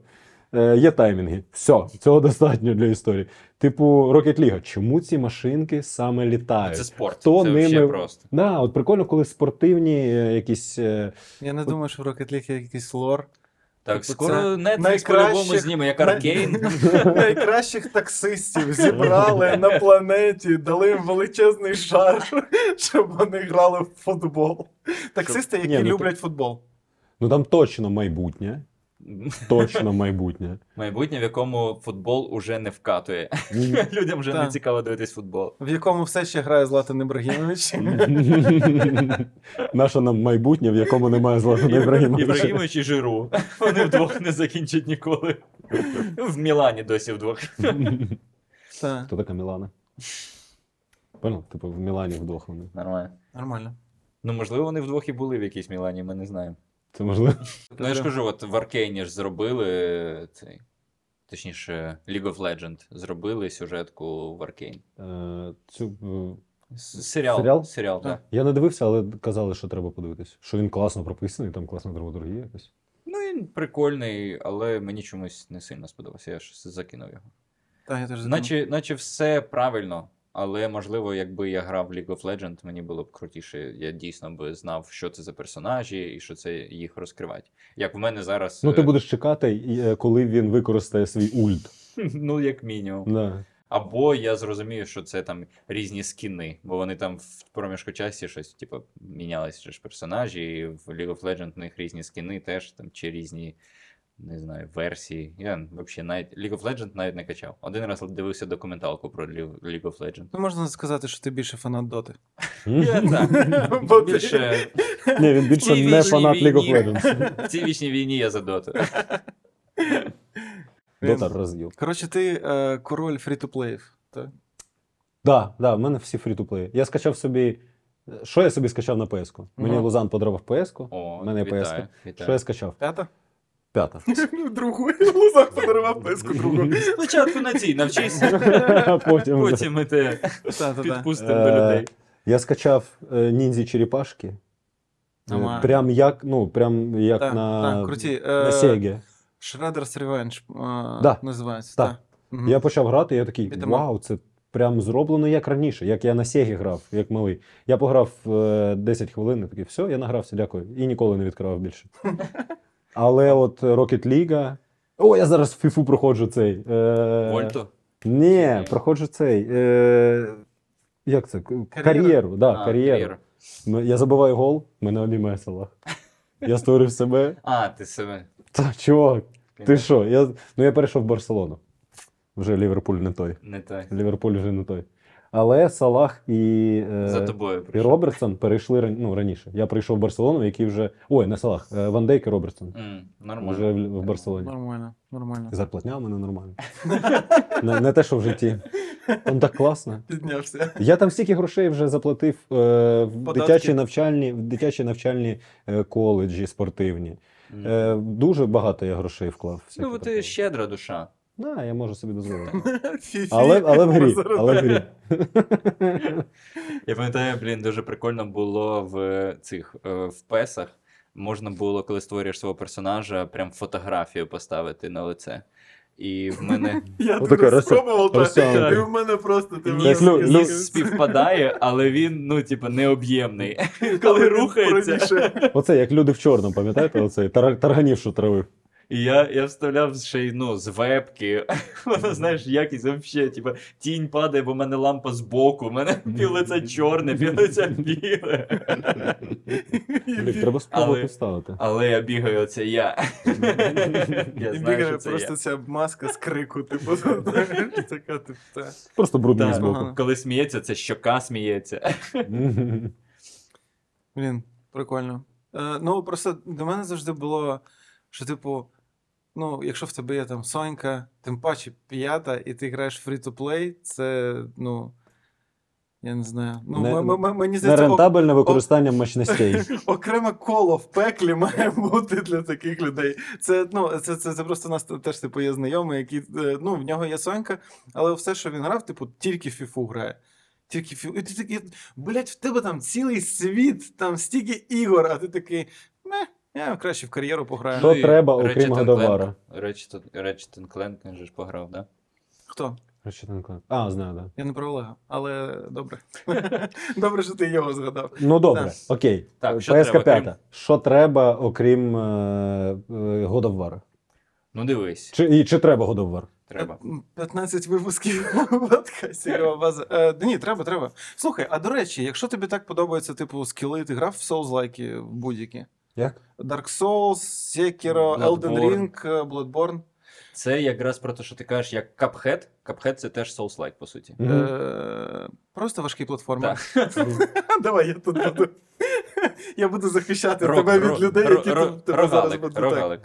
S3: Е, є таймінги. Все, цього достатньо для історії. Типу, Rocket League. Чому ці машинки саме літають?
S2: Це спорт.
S3: Хто
S2: це
S3: ними-
S2: взагалі просто.
S3: Да, от прикольно, коли спортивні е, якісь. е,
S1: Я не думаю, що в Rocket League є якийсь лор.
S2: Так,
S3: Тобто
S1: це
S2: скоро Netflix по-любому
S1: найкращих-
S2: зніме, як
S1: най-
S2: Аркейн.
S1: Найкращих таксистів зібрали на планеті, дали їм величезний шар, щоб вони грали в футбол. Таксисти,
S3: Ні,
S1: які
S3: ну,
S1: люблять футбол.
S3: Ну там точно майбутнє. точно майбутнє.
S2: Майбутнє, в якому футбол уже не вкатує.
S3: Ні.
S2: Людям вже не
S1: Так.
S2: цікаво дивитись футбол.
S1: В якому все ще грає Златан Ібрагімович.
S3: Наше нам майбутнє, в якому немає Златана Ібрагімовича.
S2: Ібрагімович і Жиру. Вони вдвох не закінчать ніколи. В Мілані досі вдвох.
S1: Так,
S3: Хто така Мілана? Понял? Типу в Мілані вдвох вони.
S2: Нормально.
S1: нормально.
S2: Ну, можливо, вони вдвох і були в якійсь Мілані, ми не знаємо.
S3: Це можливо.
S2: Ну, я ж кажу, от в Аркейні ж зробили цей. Точніше, League of Legends зробили сюжетку в Аркейн.
S3: Е, Цю е,
S2: Серіал.
S3: Серіал?
S2: Серіал, так.
S3: я не дивився, але казали, що треба подивитись. Що він класно прописаний, там класна драматургія якась.
S2: Ну, він прикольний, але мені чомусь не сильно сподобався. Я ж закинув його.
S1: Так, я теж задумав.
S2: Наче, наче все правильно, але можливо, якби я грав в League of Legends, мені було б крутіше. Я дійсно би знав, що це за персонажі і що це їх розкривати. Як в мене зараз.
S3: Ну, ти
S2: е,
S3: будеш чекати, і, е, коли він використає свій ульт.
S2: ну як мінімум.
S3: Да.
S2: Або я зрозумію, що це там різні скіни, бо вони там в проміжку часі щось, типу, мінялися ж персонажі, і в League of Legends в них різні скіни теж там чи різні. Не знаю, версії. Я взагалі навіть League of Legends навіть не качав. Один раз дивився документалку про League League of Legends.
S1: Ну, можна сказати, що ти більше фанат доти.
S2: Я так.
S1: Бо ти-
S2: Більше
S3: Ні, він більше
S2: Ні,
S3: не
S2: ні,
S3: фанат
S2: ні,
S3: League of
S2: ні.
S3: Legends.
S2: в цій вічній війні я за доту.
S3: Дота роз'їв.
S1: Коротше, ти е, король фрі-то-плеїв. Так?
S3: Да, да, в мене всі фрі-ту-плеї. Я скачав собі. Що я собі скачав на PS-ку? Мені
S1: Мгм.
S3: Лузан подарував PS-ку.
S2: О,
S3: У мене є
S2: вітаю,
S3: Що я
S2: вітаю.
S3: скачав?
S1: П'ята?
S3: П'ята.
S1: Другу. Лузак подарував писку другу.
S2: Спочатку на цій навчись,
S3: А потім. Е,
S2: потім ми те
S1: Та-та-та.
S2: підпустимо до людей.
S3: Я скачав е, ніндзі черепашки.
S1: Ама.
S3: Е, Прям як, ну, прям як
S1: Так,
S3: на,
S1: так, круті.
S3: на
S1: Е,
S3: Sega.
S1: Shredder's Revenge е,
S3: Да.
S1: називається.
S3: Да.
S1: так. Мгм.
S3: Я почав грати, я такий,
S1: Підемо.
S3: вау, це прям зроблено як раніше, як я на Sega грав, як малий. Я пограв е, 10 хвилин, і такий, все, я награвся, дякую. І ніколи не відкривав більше. Але от Rocket League. О, я зараз в FIFA проходжу цей. Е...
S2: Вольту.
S3: Ні, проходжу цей. Е... Як це? Кар'єру, да,
S2: А,
S3: кар'єру. Ну, Я забиваю гол, мене обіймає салах. Я створив себе.
S2: А, ти себе.
S3: Та чувак, ти
S2: Ти...
S3: що? Я... Ну я перейшов в Барселону. Вже Ліверпуль не той.
S2: Не так.
S3: Ліверпуль вже не той. Але Салах і, е,
S2: За тобою
S3: і
S2: прийшов.
S3: Робертсон перейшли ран... ну, раніше. Я прийшов в Барселону, який вже. Ой, не Салах, е, Ван Дейк і Робертсон.
S2: М,
S3: Вже
S2: Нормально.
S3: в, в Барселоні.
S1: Нормально, нормально.
S3: Зарплатня у мене нормальна. не, не те, що в житті. Там так класно.
S1: Піднявся.
S3: Я там стільки грошей вже заплатив е, в
S1: Податки.
S3: дитячі навчальні, в дитячі навчальні е, коледжі спортивні.
S2: М.
S3: Е, дуже багато я грошей вклав. в
S2: Ну,
S3: всякі
S2: бо
S3: приколи.
S2: ти щедра душа.
S3: Да, я можу собі дозволити. Але, але в грі, але в грі.
S2: Я пам'ятаю, блін, дуже прикольно було в цих е, в песах. Можна було, коли створюєш свого персонажа, прям фотографію поставити на лице. І в мене
S1: Я
S3: Отака
S1: так
S3: розтя-
S1: спробував, так.
S3: розтягнута.
S1: І в мене просто ти
S2: ніс,
S1: мене
S3: Як лю-
S1: скинув.
S3: лю-
S2: ніс співпадає, але він, ну, типу, необ'ємний.
S1: Але
S2: Коли
S1: він
S2: рухається.
S1: правіше.
S3: Оце як люди в чорному, пам'ятаєте? Оцей тар- тарганів, що травив.
S2: І я, я вставляв ще й ну, з вебки. Воно, знаєш, якість взагалі, типу, тінь падає, бо в мене лампа збоку, у мене пів лиця чорне, пів лиця біле.
S3: Блін, треба спробувати
S2: Але-
S3: вставити.
S2: Але я бігаю, оце я. Я
S1: І
S2: знаю, що
S1: бігає
S2: це я.
S1: просто ця маска з крику, типу, знаєш, така, типу, та.
S3: Просто брудний
S2: Так.
S3: збоку.
S1: Ага.
S2: Коли сміється, це щока сміється.
S1: Блін, прикольно. Е, ну, просто до мене завжди було, що, типу, ну, якщо в тебе є там Сонька, тим паче п'ята, і ти граєш free-to-play, це, ну. Я не знаю. Ну,
S3: Не-
S1: м- м- м- мені здається, ок-
S3: Нерентабельне використання мощностей.
S1: окреме коло в пеклі має бути для таких людей. Це ну це, це, це просто у нас теж типу є знайомий, який е, ну в нього є сонька, але все, що він грав, типу, тільки в фіфу грає. Тільки фіфу. І ти такий, блять, в тебе там цілий світ, там стільки ігор, а ти такий, не, я краще в кар'єру пограю.
S3: Що треба, окрім Годовара?
S2: Ratchet Clank, він же ж пограв, да?
S1: Хто?
S3: Речетенко. А, знаю, так. Да.
S1: Я не про Олега, але добре. добре, що ти його згадав.
S3: Ну добре, окей.
S2: Так, що
S3: ПСК
S2: треба,
S3: 5.
S2: крім-
S3: Що треба, окрім е, е, God of War?
S2: Ну дивись,
S3: Чи, і чи треба God of War?
S2: треба.
S1: Е, 15 випусків подкасті Льова База. Е, да ні, треба, треба. Слухай, а до речі, якщо тобі так подобається, типу, скіли, ти грав в соузлайки будь-які.
S3: Як?
S1: Dark Souls, Sekiro,
S2: Bloodborne.
S1: Elden Ring, е, Bloodborne.
S2: Це якраз про те, що ти кажеш, як Cuphead. Cuphead — це теж Souls-like, по суті.
S3: Мгм.
S1: Е, Просто важкі платформи.
S2: Так.
S1: Давай я тут буду. Я буду захищати
S2: Рог-
S1: тебе
S2: рог-
S1: від людей,
S2: ро-
S1: які
S2: ро-
S1: тут тебе зараз
S2: рогалик,
S1: будуть. так.
S2: рогалик.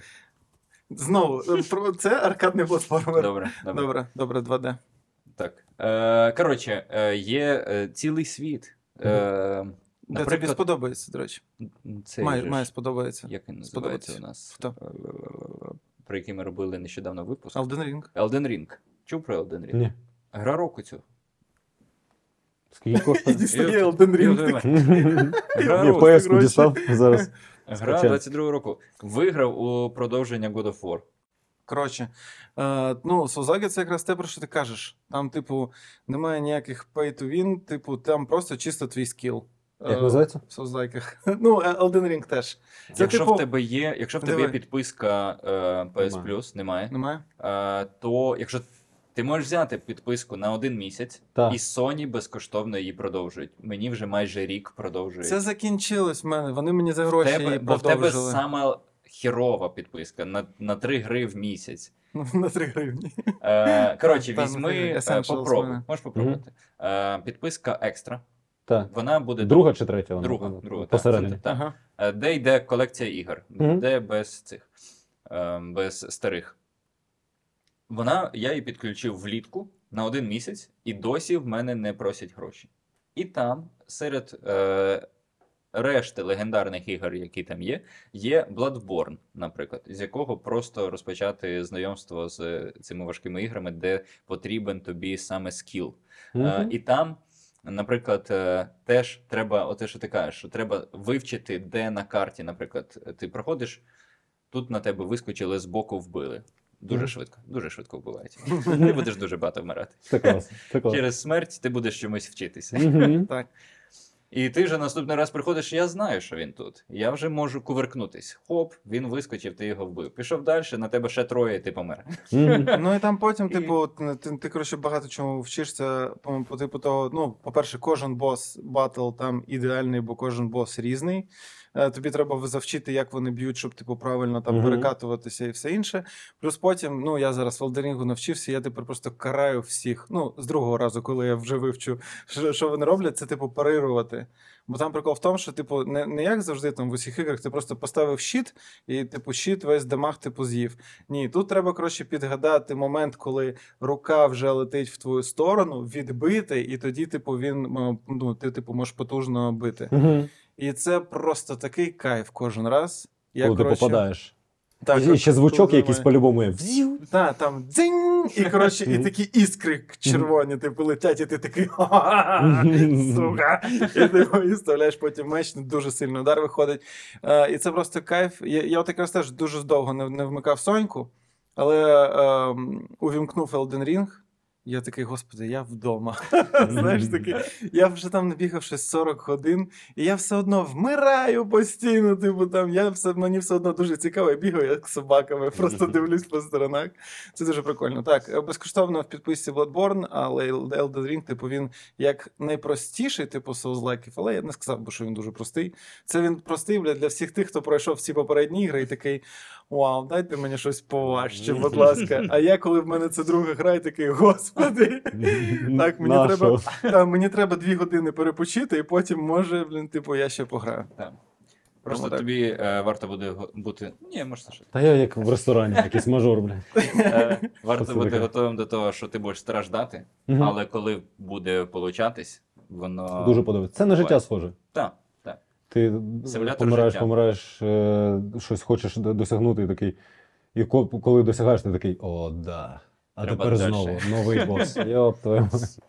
S1: Знову, е, про- це аркадний платформер.
S2: Добре, добре.
S1: Добре, добре, 2D.
S2: Так. Е, коротше, е, є е, цілий світ. Е,
S1: Да, тобі
S2: Наприклад-
S1: сподобається, до речі.
S2: це
S1: Має,
S2: же ж-
S1: має сподобається.
S2: як він називається
S1: сподобатись.
S2: у нас?
S1: Хто?
S2: Е, Про який ми робили нещодавно випуск.
S1: Elden Ring.
S2: Elden Ring. Чув про Elden Ring?
S3: Ні.
S2: Гра року цю.
S3: Скільки
S1: І
S3: коштує?
S1: дістає Elden Ring.
S2: Гра
S3: Я
S2: року.
S1: Європейські
S3: PS-ку
S1: гроші.
S3: дістав зараз.
S2: Гра
S3: скачаю.
S2: 22 року. Виграв у продовження God of War.
S1: Коротше, е, ну, Созагі це якраз те, про що ти кажеш. Там, типу, немає ніяких pay to win, типу, там просто чисто твій скіл.
S3: Як називається?
S1: В Созайках. Ну, е, Elden Ring теж. Це,
S2: якщо
S1: типу,
S2: в тебе є, якщо в тебе є
S1: Давай.
S2: підписка е, PS
S3: Немає.
S2: Plus, немає,
S1: Немає?
S2: е, то якщо ти можеш взяти підписку на один місяць,
S3: Так.
S2: і Sony безкоштовно її продовжують. Мені вже майже рік продовжують.
S1: Це закінчилось в мене. Вони мені за
S2: в
S1: гроші
S2: тебе,
S1: її
S2: бо в тебе
S1: продовжили.
S2: саме хірова підписка на, на 3 гри в місяць.
S1: Ну, На 3 гривні.
S2: Е, Коротше,
S1: Там
S2: візьми,
S1: такий
S2: е,
S1: Essentials
S2: попробуй.
S1: мене.
S2: Можеш попробувати. Е, Підписка екстра.
S3: Так.
S2: Вона буде
S3: Друга чи третя? вона?
S2: друга, друга так,
S3: Посередині.
S2: це- так. Е, Де йде колекція ігор,
S3: Мгм.
S2: де без цих, е, без старих. Вона, я її підключив влітку на один місяць, і досі в мене не просять гроші. І там, серед е, решти легендарних ігор, які там є, є Bloodborne, наприклад, з якого просто розпочати знайомство з е, цими важкими іграми, де потрібен тобі саме скіл.
S3: Мгм.
S2: Е, І там, наприклад, е, теж треба, оте, що ти кажеш, що треба вивчити, де на карті, наприклад, ти проходиш, тут на тебе вискочили, збоку вбили. Дуже
S3: Мгм.
S2: швидко, дуже швидко вбивають. Ти будеш дуже багато вмирати.
S3: Це класно. Це класно.
S2: Через смерть ти будеш чомусь вчитися.
S3: Мгм.
S2: І ти вже наступний раз приходиш, я знаю, що він тут. Я вже можу кувиркнутись. Хоп, він вискочив, ти його вбив. Пішов далі, на тебе ще троє, і ти помер.
S3: Мгм.
S1: Ну і там потім,
S2: І-
S1: типу, ти, ти, ти коротше багато чому вчишся. По, по типу того, ну, по-перше, кожен бос батл там ідеальний, бо кожен бос різний. Е, Тобі треба в- завчити, як вони б'ють, щоб типу правильно там
S3: Мгм.
S1: перекатуватися і все інше. Плюс потім, ну я зараз в Алдерінгу навчився, я тепер просто караю всіх. Ну, з другого разу, коли я вже вивчу, що, що вони роблять, це типу парирувати. Бо там прикол в тому, що, типу, не, не як завжди там в усіх іграх, ти просто поставив щит, і типу щит весь дамаг типу з'їв. Ні, тут треба коротше підгадати момент, коли рука вже летить в твою сторону, відбити, і тоді, типу, він е, ну, ти типу можеш потужно бити.
S3: Мгм.
S1: І це просто такий кайф кожен раз. Я,
S3: Коли ти
S1: коротше,
S3: попадаєш.
S1: Так,
S3: І ще звучок
S1: коли
S3: якийсь
S1: немає.
S3: по-любому є. Взів.
S1: Та, там дзинь, і коротше, і
S3: Мгм.
S1: такі іскри червоні, типу, летять, і ти такий
S3: Мгм.
S1: сука. І ти його і вставляєш потім меч, ну, дуже сильний удар виходить. Е, і це просто кайф. Я, я от якраз теж дуже довго не, не вмикав соньку, але е, увімкнув Elden Ring. Я такий, господи, я вдома. Знаєш, такий, я вже там набігав щось 40 годин, і я все одно вмираю постійно. Типу там я все мені все одно дуже цікаво. Я бігаю як з собаками, просто дивлюсь по сторонах. Це дуже прикольно. Так, е, безкоштовно в підписці Bloodborne, але Elden Ring, типу, він як найпростіший, типу соузлайків, але я б не сказав би, що він дуже простий. Це він простий бля, для всіх тих, хто пройшов всі попередні ігри, і такий вау, дайте мені щось поважче, будь ласка. А я, коли в мене це друга гра, і такий, господи. Так, мені
S3: На
S1: треба-
S3: що?
S1: Та, мені треба дві години перепочити, і потім, може, блін, типу, я ще пограю.
S2: Там. Просто
S1: Ну, так.
S2: тобі е, варто буде го- бути. Ні, може, що.
S3: Та я як в ресторані, якийсь мажор, блядь.
S2: Е, Варто
S3: Це
S2: бути
S3: таке.
S2: готовим до того, що ти будеш страждати,
S3: Мгм.
S2: але коли буде получатись, воно.
S3: Дуже подобається. Це на життя схоже.
S2: Так.
S3: Ти
S2: Симулятор
S3: помираєш,
S2: життя.
S3: помираєш, е, щось хочеш д- досягнути, і такий. І ко- коли досягаєш, ти такий, о, да. А
S2: Треба
S3: тепер
S2: дальше.
S3: знову новий бос. Йоп, твою. мать.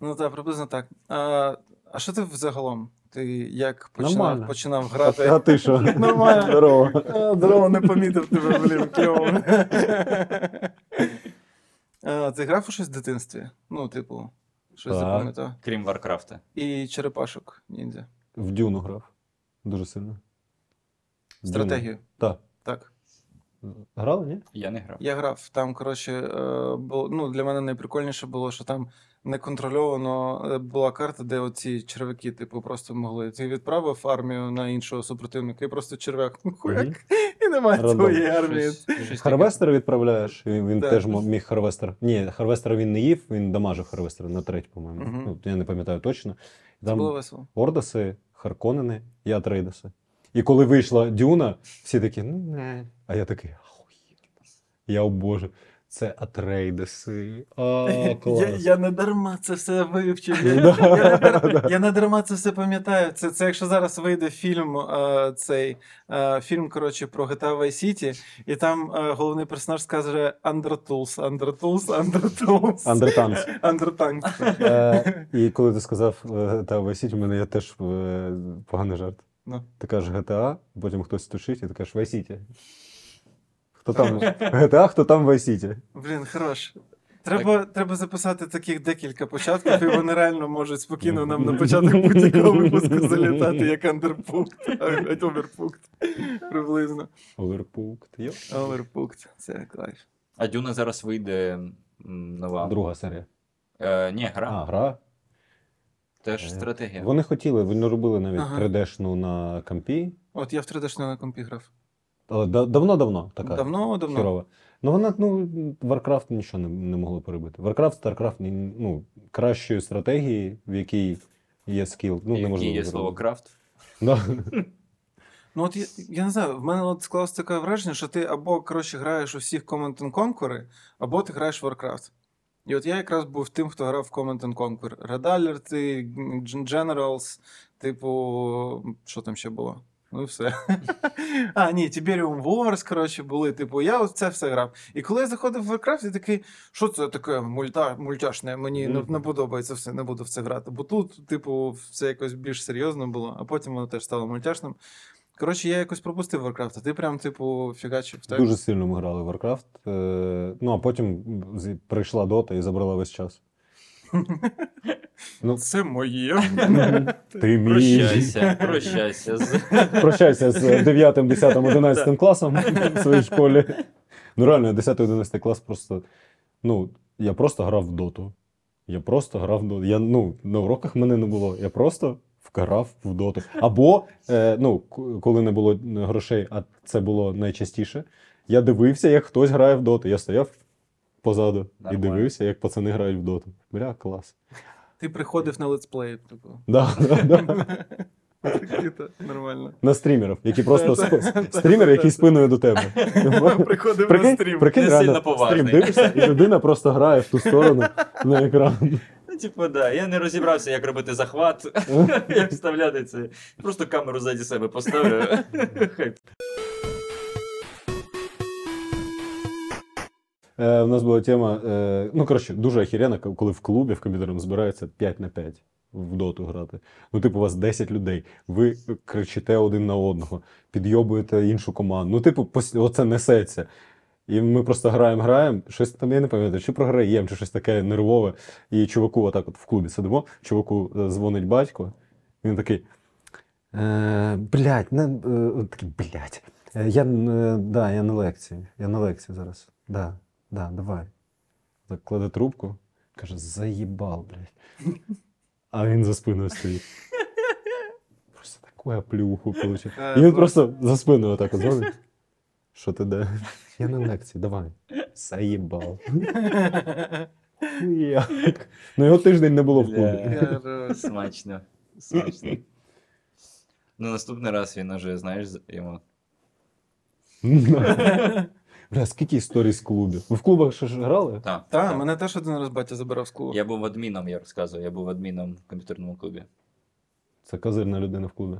S1: Ну так, приблизно так. А, а що ти взагалом? Ти як починав,
S3: Нормально.
S1: починав
S3: А, ти- а
S1: грати?
S3: ти що?
S1: Нормально.
S3: Е, Здорово.
S1: А, Здорово, не помітив тебе, блін, кльово. А, Е, Ти грав у щось в дитинстві? Ну, типу, щось
S3: Так.
S1: запам'ятав.
S2: Крім Варкрафта.
S1: І черепашок ніндзя.
S3: В дюну грав. Дуже сильно.
S1: Стратегію.
S3: Так.
S1: Так.
S3: Грали, ні?
S2: Я не грав.
S1: Я грав там, коротше, е, бу- ну, для мене найприкольніше було, що там неконтрольовано е, була карта, де оці черв'яки, типу, просто могли. Ти відправив армію на іншого супротивника і просто червяк ну, хуяк,
S3: Мгм.
S1: і немає
S3: Рандом.
S1: твоєї армії.
S2: Щось- щось таке.
S3: Харвестера відправляєш, і він
S1: Так.
S3: теж мо- міг Харвестер. Ні, Харвестера він не їв, він дамажив Харвестера на треть, по-моєму.
S1: Мгм.
S3: Ну, я не пам'ятаю точно.
S1: Це було
S3: Там
S1: весело.
S3: Ордаси, Харконени і Атрейдеси. І коли вийшла Дюна, всі такі, ну не. А я такий, ахуєнно. Я о боже, це Атрейдеси. А,
S1: Я,
S3: клас.
S1: я не дарма це все вивчив. Я,
S3: Ну,
S1: я, не
S3: да.
S1: дар- я не дарма це все пам'ятаю. Це, це якщо зараз вийде фільм, е, цей е, фільм коротше, про GTA Vice City, і там е, головний персонаж скаже Undertools, Undertools, Undertools,
S3: Андертанс.
S1: Undertanks.
S3: Е, і коли ти сказав е, та висіть, у мене я теж е, поганий жарт.
S1: Ну.
S3: Ти кажеш GTA, потім хтось стучить, і ти кажеш Вайсіті. Хто там? GTA, хто там Вайсіті?
S1: Блін, хорош. Треба, треба записати таких декілька початків, і вони реально можуть спокійно нам на початок будь-якого випуску залітати як андерпункт, а, а, оверпункт. Приблизно.
S3: Оверпукт. Йо.
S1: Оверпункт. Це кайф.
S2: А Дюна зараз вийде м, нова.
S3: Друга серія.
S2: Е, ні, гра.
S3: А, гра.
S2: Теж
S3: Е,
S2: стратегія.
S3: Вони хотіли, вони робили навіть
S1: Ага.
S3: 3D-шну на компі.
S1: От я в 3D на компі грав.
S3: Але да- давно-давно така.
S1: Давно, давно.
S3: Хірова. Ну вона ну, Warcraft нічого не, не могло перебити. Warcraft, StarCraft ні- ну, кращої стратегії, в якій є скіл. Ну,
S2: Які
S3: неможливо
S2: є
S3: зробити.
S2: слово крафт.
S3: Да.
S1: Ну от я, я не знаю, в мене от склалось таке враження, що ти або коротше граєш у всіх Command and Conquer, або ти граєш в Warcraft. І от я якраз був тим, хто грав в Command and Conquer. Red Alert, Gen- Generals, типу, що там ще було? Ну і все. а, ні, Tiberium Wars, коротше, були. Типу, я от це все грав. І коли я заходив в Warcraft, я такий, що це таке мульта, мультяшне, мені не,
S3: Мгм.
S1: не подобається все, не буду в це грати. Бо тут, типу, все якось більш серйозно було, а потім воно теж стало мультяшним. Коротше, я якось пропустив Warcraft, а ти прям, типу, фігачив так.
S3: Дуже сильно ми грали в Warcraft. Е, ну, а потім з- прийшла Дота і забрала весь час. Ну,
S1: Це моє.
S3: ти мій.
S2: Прощайся, прощайся. з-
S3: Прощайся з 9, 10, 11 класом в своїй школі. Ну, реально, 10, 11 клас просто. Ну, я просто грав в доту. Я просто грав в доту. Я, ну, на уроках мене не було. Я просто грав в доту. Або, е, ну, к- коли не було грошей, а це було найчастіше, я дивився, як хтось грає в доту. Я стояв позаду
S2: Нормально.
S3: і дивився, як пацани грають в доту. Бля, клас.
S1: Ти приходив на летсплеї, типу.
S3: Да, да, да.
S1: Такий, та, Нормально.
S3: На стрімерів, які просто
S1: Та,
S3: сп-
S1: та, та,
S3: стрімер,
S1: та,
S3: який
S1: та.
S3: спиною до тебе.
S1: Приходив на
S3: Прикинь,
S1: стрім.
S3: прикинь
S2: Не
S3: реально,
S2: сильно поважний.
S3: стрім дивишся, і людина просто грає в ту сторону на екран.
S2: Ну, типу, да, я не розібрався, як робити захват, як вставляти це. Просто камеру ззаді себе поставлю. Хай.
S3: Е, у нас була тема. Е, ну, коротше, дуже охеренно, ко- коли в клубі в комп'ютерному збирається 5 на 5 в доту грати. Ну, типу, у вас 10 людей, ви кричите один на одного, підйобуєте іншу команду. Ну, типу, пос- оце несеться. І ми просто граємо, граємо, щось там, я не пам'ятаю, чи програємо, чи щось таке нервове. І чуваку, отак от в клубі сидимо, чуваку е, дзвонить батько, він такий. Е, блять, не, е, такий, блять. Е, я, е, да, я на лекції. Я на лекції зараз. Да. Да, давай. Так кладе трубку, каже: заїбал, блядь. А він за спиною стоїть. Просто таку плюху получив.
S1: Е,
S3: І він
S1: просто-
S3: просто за спиною отак от зробить. Що ти де? Я на лекції, давай. Заїбал. Ну, Як? Ну його тиждень не було в клубі.
S2: Бля. Смачно. Смачно. Ну, наступний раз він уже, знаєш, з- йому.
S3: Бля, скільки історій з клубів? Ви в клубах ще ж грали?
S2: Та,
S1: Та, мене теж один раз батя забирав з клубу.
S2: Я був адміном, я розказував, я був адміном в комп'ютерному клубі.
S3: Це козирна людина в клубі.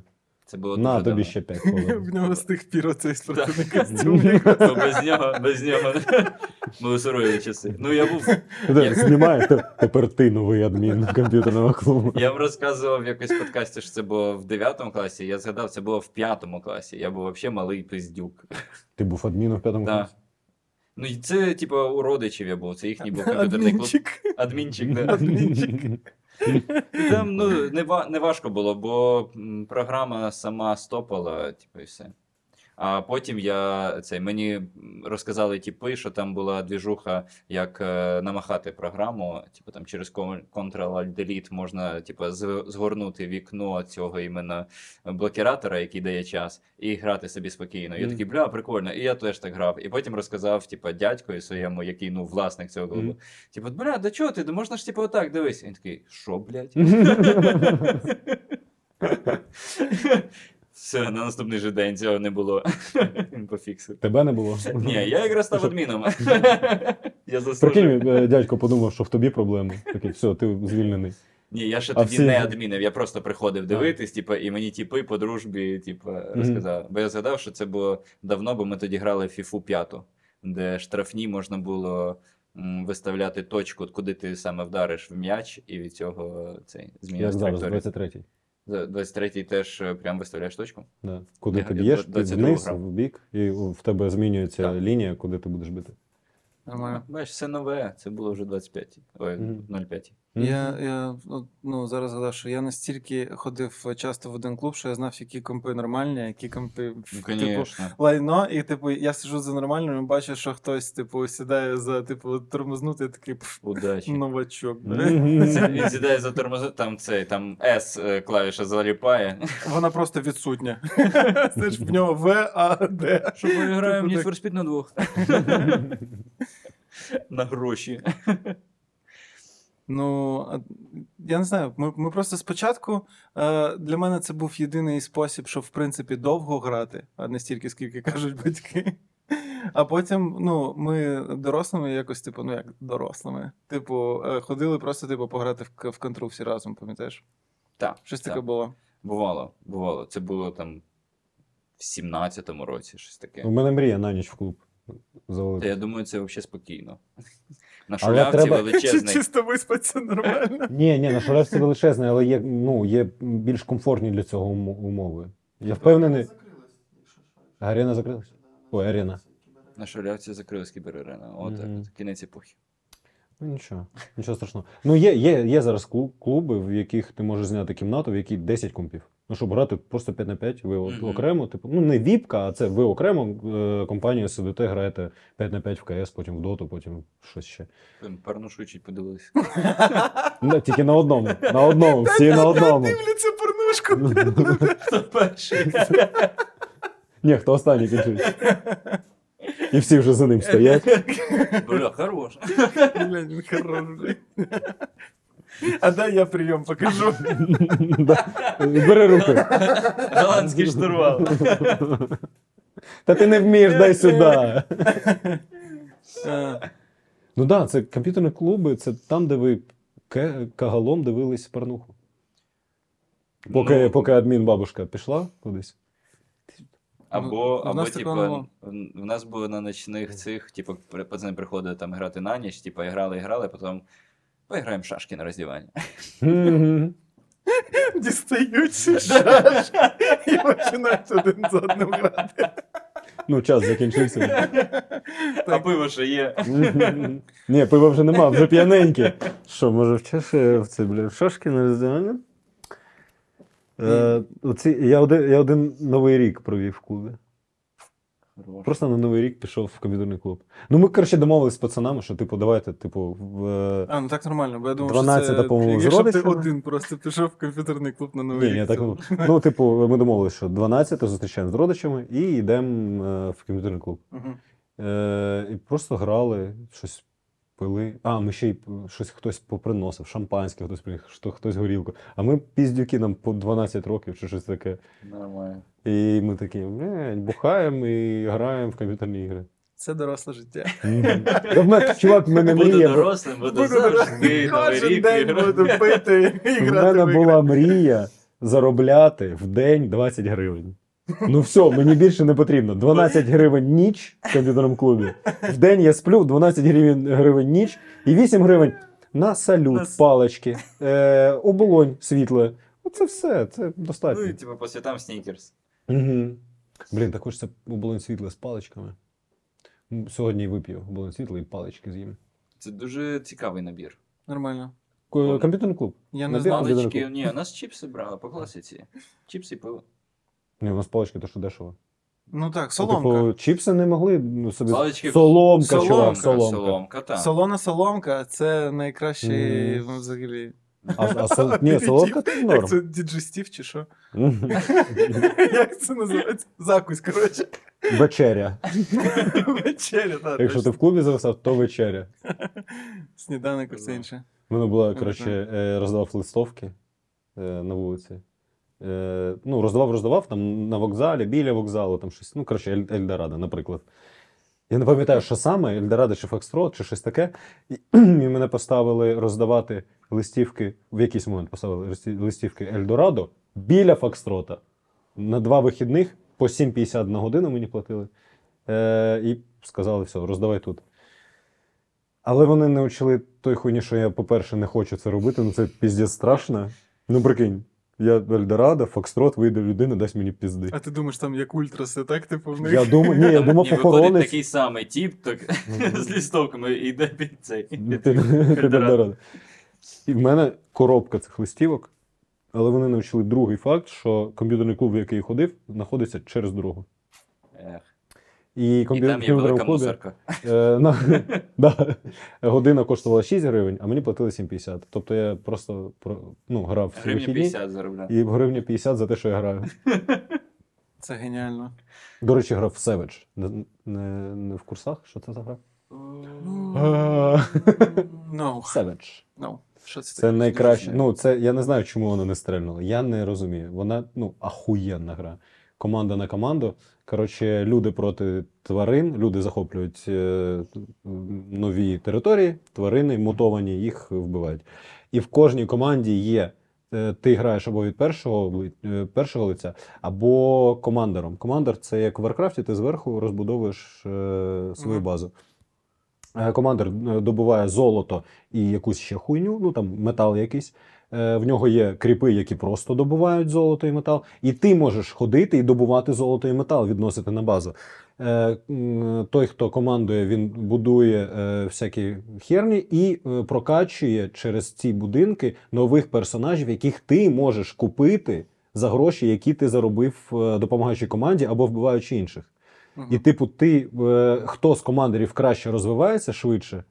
S2: Це було
S3: На
S2: дуже
S3: тобі
S2: давно.
S3: ще 5 хвилин.
S1: В нього з тих пір оцей спортивний
S2: Так.
S1: костюм.
S2: Бо без нього, без нього були сурові часи. Ну, я був
S3: Ти Знімає, те- тепер ти новий адмін комп'ютерного клубу.
S2: Я вам розказував в якось подкасті, що це було в 9 класі. Я згадав, це було в 5 класі. Я був взагалі малий пиздюк.
S3: Ти був адміном в п'ятому
S2: Да.
S3: класі?
S2: Ну і це, типу, у родичів я був, це їхній був комп'ютерний клуб.
S1: Адмінчик.
S2: Адмінчик, да. І там ну, не, ва- не важко було, бо м, програма сама стопала, типу, і все. А потім я цей мені розказали тіпи, що там була двіжуха, як е, намахати програму. Типу там через кон- Ctrl-Alt-Delete можна типу, з- згорнути вікно цього іменно блокіратора, який дає час, і грати собі спокійно. Я
S3: Мгм.
S2: такий, бля, прикольно. І я теж так грав. І потім розказав, типу, дядькові своєму, який ну власник цього клубу.
S3: Мгм.
S2: Типу, бля, до чого ти? Да Можна ж типу отак дивись. Він такий, що, блядь? Все, на наступний же день цього не було. Він пофіксив.
S3: Тебе не було.
S2: Ні, я якраз став
S3: Щоб-
S2: адміном. Я заслужив.
S3: Прикинь, е, дядько подумав, що в тобі проблеми. Такий, все, ти звільнений.
S2: Ні, я ще
S3: А
S2: тоді
S3: всі-
S2: не адмінив, я просто приходив дивитись, типу, і мені тіпи по дружбі, типу, розказали. Бо я згадав, що це було давно, бо ми тоді грали в фіфу п'яту, де штрафні можна було м, виставляти точку, куди ти саме вдариш в м'яч, і від цього цей
S3: Як
S2: змінюєш
S3: зараз,
S2: траєкторію.
S3: 23-й.
S2: За 23-й теж е, прям виставляєш точку?
S3: Да. Куди
S2: Я-
S3: ти
S2: я
S3: б'єш,
S2: до-
S3: ти
S2: 22
S3: вниз,
S2: грав.
S3: в бік, і в тебе змінюється
S2: Так.
S3: лінія, куди ти будеш бити.
S1: Нормально.
S2: Ну, Бачиш, все нове, це було вже 25. Ой,
S3: Мгм.
S2: 05.
S3: Мгм.
S1: Я, я ну, ну, зараз згадав, що я настільки ходив часто в один клуб, що я знав, які компи нормальні, а які компи
S2: Ну,
S1: типу,
S2: звісно.
S1: лайно. І типу, я сижу за нормальним і бачу, що хтось типу сідає за типу тормознутий такий пф,
S2: Удачі.
S1: Ну, новачок.
S3: Ну,
S1: бля.
S2: Це
S3: Мгм.
S2: він сідає за тормози, там цей, там S е, клавіша заліпає.
S1: Вона просто відсутня. Це ж в нього В, а Д.
S2: Що ми граємо
S1: Типу
S2: Need
S1: так.
S2: for Speed на двох. На гроші.
S1: Ну, а, я не знаю, ми, ми просто спочатку е, для мене це був єдиний спосіб, щоб в принципі довго грати, а не стільки, скільки кажуть батьки. А потім, ну, ми дорослими якось, типу, ну як дорослими. Типу, е, ходили просто, типу, пограти в, к- в контру всі разом, пам'ятаєш?
S2: Так,
S1: Щось
S2: так.
S1: таке було.
S2: Бувало, бувало. Це було там в 17-му році, щось
S3: У
S2: таке.
S3: мене мрія на ніч в клуб.
S2: Та
S3: Завалити.
S2: я думаю, це взагалі спокійно. На
S3: Але
S2: шулявці
S3: треба-
S2: величезний.
S1: Чисто виспатися нормально.
S3: Ні, ні, на шарафці величезне, але є, ну, є більш комфортні для цього умо- умови. Я впевнений. Арена закрилась? Ой, арена.
S2: На шулявці закрилась кіберарена. Отак,
S3: Мгм.
S2: от, кінець епохи.
S3: Ну, нічого, нічого страшного. Ну, є, є, є зараз клуб, клуби, в яких ти можеш зняти кімнату, в якій 10 компів. Ну, щоб грати просто 5 на 5, ви от
S2: Мгм.
S3: окремо, типу, ну не віпка, а це ви окремо е, компанією сидите, граєте 5 на 5 в КС, потім в доту, потім щось ще.
S2: Там Парнушучить подивилися.
S3: Ну, тільки на одному. На одному, всі на одному.
S1: Дивляться порнушку.
S2: Хто перший?
S3: Ні, хто останній кінчить. І всі вже за ним стоять.
S2: Бля, хорош.
S1: Блядь, він хороший. А дай я прийом покажу.
S3: Да. Бери руки.
S2: Голландський штурвал.
S3: Та ти не вмієш, дай сюди.
S1: Е,
S3: Ну так, да, це комп'ютерні клуби, це там, де ви ке- кагалом дивились порнуху. Поки,
S2: Ну,
S3: поки адмінбабушка пішла кудись.
S2: Або,
S1: Ну, в
S2: або
S1: нас такого не
S2: типа,
S1: було.
S2: в нас були на ночних цих, типу, при- пацани приходили там грати на ніч, типу, і грали, і грали, а потім поіграємо в шашки на роздіванні.
S3: Мгм.
S1: Дістаючи шаш і починають один з одним грати.
S3: Ну, час закінчився.
S2: А пиво ще є.
S3: Мгм. Ні, пива вже нема, вже п'яненькі. Що, може, в чаші в це, бля, в шашки не роздягання? Е, оці, я, один, я один новий рік провів в клубі. Просто на новий рік пішов в комп'ютерний клуб. Ну, ми, коротше, домовились з пацанами, що, типу, давайте, типу, в, е,
S1: А, ну так нормально, бо я думав,
S3: 12,
S1: що це,
S3: по-моєму, з
S1: якщо б ти
S3: родичами.
S1: один просто пішов в комп'ютерний клуб на
S3: Ні,
S1: новий
S3: ну. ні,
S1: рік.
S3: так.
S1: це-
S3: ну, Ну, типу, ми домовилися, що 12 зустрічаємо з родичами і йдемо е, в комп'ютерний клуб.
S1: Мгм.
S3: Е, і просто грали, щось пили. А, ми ще й п- щось хтось поприносив, шампанське, хтось приніс, що хтось горілку. А ми піздюки нам по 12 років чи щось таке.
S2: Нормально.
S3: І ми такі, блядь, бухаємо і граємо в комп'ютерні ігри.
S1: Це доросле життя.
S3: Мгм. Та в мене, чувак, в мене
S2: Буду
S3: мрія.
S2: дорослим, буду завжди новий
S1: Кожен
S2: рік. Ну,
S1: день буду
S2: іграти.
S1: пити і
S3: В
S1: грати
S3: мене
S1: в ігри.
S3: була мрія заробляти в день 20 гривень. Ну все, мені більше не потрібно. 12 гривень ніч в комп'ютерному клубі. В день я сплю, 12 гривень, гривень ніч і 8 гривень на салют,
S1: На с-
S3: палички, е, оболонь світле. Оце все, це
S2: Ну і
S3: достатньо.
S2: типу по святам снікерс.
S3: Угу. Блін, так хочеться оболонь світле з паличками. М, Сьогодні і вип'ю оболонь світле і палички з'їм.
S2: Це дуже цікавий набір.
S1: Нормально.
S3: Ко- Комп'ютерний клуб.
S1: Я не
S3: Набір
S1: знав.
S3: один
S2: Палички,
S3: рукав.
S2: ні, у нас чіпси брали по класиці. Чіпси і пиво.
S3: Ні, у нас палички то що дешево.
S1: Ну так,
S3: Ну,
S1: соломка.
S3: Типу, чіпси не могли ну, собі.
S2: Палички-
S3: Соломка,
S1: Соломка,
S3: чувак, соломка.
S2: соломка так.
S1: Солона соломка це найкращий
S3: Мгм.
S1: ну, взагалі.
S3: А, а сол... Ні, соломка це норм.
S1: Як це діджестів чи що?
S3: Мгм.
S1: Як це називається? Закусь, коротше.
S3: Вечеря.
S1: Вечеря, так.
S3: Якщо ти в клубі зависав, то вечеря.
S1: Сніданок і все інше.
S3: У мене була,
S1: Мгм.
S3: коротше, е, роздавав листовки е, на вулиці. Е, Ну, роздавав, роздавав там на вокзалі, біля вокзалу, там щось. Ну, коротше, Ель- Ельдорадо, наприклад. Я не пам'ятаю, що саме, Ельдорадо чи Фокстрот, чи щось таке. І, і мене поставили роздавати листівки, в якийсь момент поставили листі- листівки Ельдорадо біля Фокстрота. На два вихідних по 7,50 на годину мені платили. Е, і сказали, все, роздавай тут. Але вони навчили той хуйні, що я, по-перше, не хочу це робити, ну це піздець страшно. Ну прикинь, я Ельдорадо, Фокстрот, вийде людина, дасть мені пізди.
S1: А ти думаєш, там як ультраси, так? Типу в них.
S3: Я думав, ні, я думав,
S2: Ні, виходить
S3: охоронець.
S2: такий самий тіп, так з лістовками і йде під цей.
S3: Ну, ти- ти Ельдорадо. І в мене коробка цих листівок, але вони навчили другий факт, що комп'ютерний клуб, в який я ходив, знаходиться через дорогу.
S2: Ех,
S3: І,
S2: І
S3: комп'ю-
S2: там є велика
S3: комп'ютерний клуб.
S2: мусорка.
S3: Е, на- да. Година коштувала 6 гривень, а мені платили 7,50. Тобто я просто про- ну, грав всі
S2: Гривні
S3: вихідні
S2: 50 заробляє.
S3: і в гривні 50 за те, що я граю.
S1: Це геніально.
S3: До речі, грав в Savage. Не, не, не в курсах, що це за гра?
S1: No.
S3: Savage.
S1: No. Що це?
S3: Це
S1: таке?
S3: найкраще. Ну, це я не знаю, чому вона не стрельнула. Я не розумію. Вона ну ахуєнна гра. Команда на команду. Коротше, люди проти тварин, люди захоплюють е, нові території, тварини мутовані їх вбивають. І в кожній команді є. е, Ти граєш або від першого, ли- е, першого лиця, або командером. Командер це як в Варкрафті, ти зверху розбудовуєш е, свою
S1: Мгм.
S3: базу. Е, Командер е, добуває золото і якусь ще хуйню, ну там метал якийсь. Е, В нього є кріпи, які просто добувають золото і метал. І ти можеш ходити і добувати золото і метал, відносити на базу. Е, м, Той, хто командує, він будує е, всякі херні і е, прокачує через ці будинки нових персонажів, яких ти можеш купити за гроші, які ти заробив, е, допомагаючи команді або вбиваючи інших.
S1: Мгм.
S3: І, типу, ти е, хто з командирів краще розвивається швидше,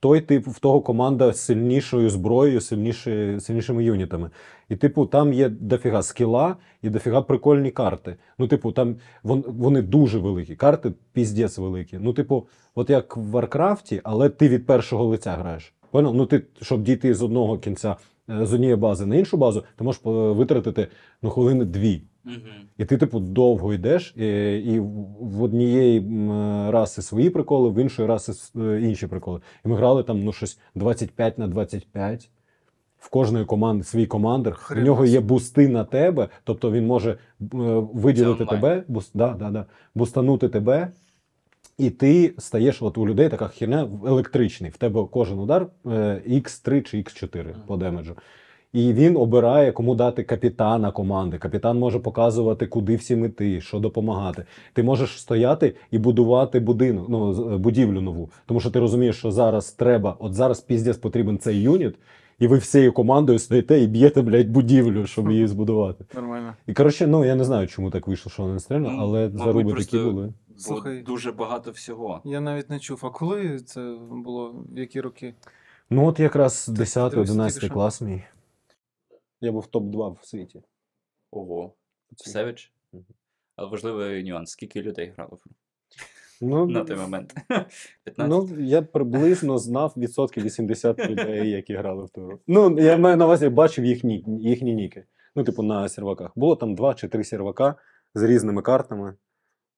S3: той, типу, в того команда з сильнішою зброєю, сильніше, сильнішими юнітами. І, типу, там є дофіга скіла і дофіга прикольні карти. Ну, типу, там вон, вони дуже великі. Карти піздець великі. Ну, типу, от як в Варкрафті, але ти від першого лиця граєш. Понял? Ну, ти, щоб дійти з одного кінця, е, з однієї бази на іншу базу, ти можеш е, витратити ну, хвилини дві.
S2: Мгм.
S3: І ти, типу, довго йдеш, і, і в однієї м, е, раси свої приколи, в іншої раси с- е, інші приколи. І ми грали там ну, щось 25 на 25. В кожної команди свій командир.
S1: Хрена
S3: в нього є
S1: собі.
S3: бусти на тебе, тобто він може е, виділити
S2: онлайн.
S3: тебе, бус, да, да, да, бустанути тебе. І ти стаєш от у людей така херня електричний. В тебе кожен удар е, X3 чи X4
S2: Мгм.
S3: по демеджу. І він обирає, кому дати капітана команди. Капітан може показувати, куди всім іти, що допомагати. Ти можеш стояти і будувати будинок, ну з- будівлю нову, тому що ти розумієш, що зараз треба, от зараз піздець потрібен цей юніт, і ви всією командою стоїте і б'єте, блядь, будівлю, щоб її збудувати.
S1: Нормально.
S3: І коротше, ну я не знаю, чому так вийшло, що вона не стрельнула,
S2: Ну,
S3: але
S2: мабуть,
S3: заруби
S2: просто-
S3: такі були.
S2: Бо
S1: Слухай.
S2: Дуже багато всього.
S1: Я навіть не чув. А коли це було? В які роки?
S3: Ну от якраз
S1: подивись, тільки
S3: 10-11
S1: що.
S3: клас мій. Я був топ-2 в світі.
S2: Ого. Севич.
S3: Мгм.
S2: Але важливий нюанс, скільки людей грало в гру
S3: Ну,
S2: на той момент. 15.
S3: Ну, я приблизно знав відсотків 80 людей, які грали в туру. Ну, я маю на увазі, бачив їхні, їхні ніки. Ну, типу, на серваках. Було там два чи три сервака з різними картами.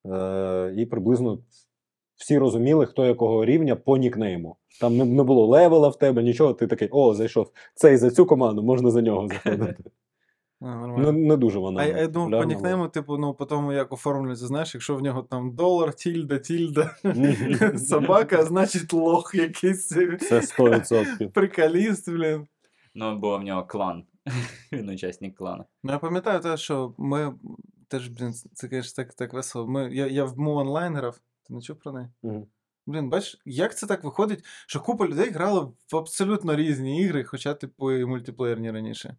S3: Е- і приблизно всі розуміли, хто якого рівня по нікнейму. Там не, не було левела в тебе, нічого. Ти такий, о, зайшов. Цей за цю команду, можна за нього заходити.
S1: А,
S3: Не,
S1: Нормально.
S3: не дуже вона.
S1: А я я думав по
S3: Ну, популярна
S1: нікнейму, типу, ну по тому, як оформлюється, знаєш, якщо в нього там долар, тільда, тільда,
S3: була.
S1: собака, значить лох якийсь е,
S3: Це 100%.
S1: приколіст, блін.
S2: Ну, бо в нього клан. Він учасник клана.
S1: Ну, я пам'ятаю те, що ми теж, блін, це, звісно, так, так весело. Ми, я, я в Му онлайн грав. Ти не чув про неї?
S3: Мгм.
S1: Блін, бачиш, як це так виходить, що купа людей грала в абсолютно різні ігри, хоча, типу, і мультиплеєрні раніше.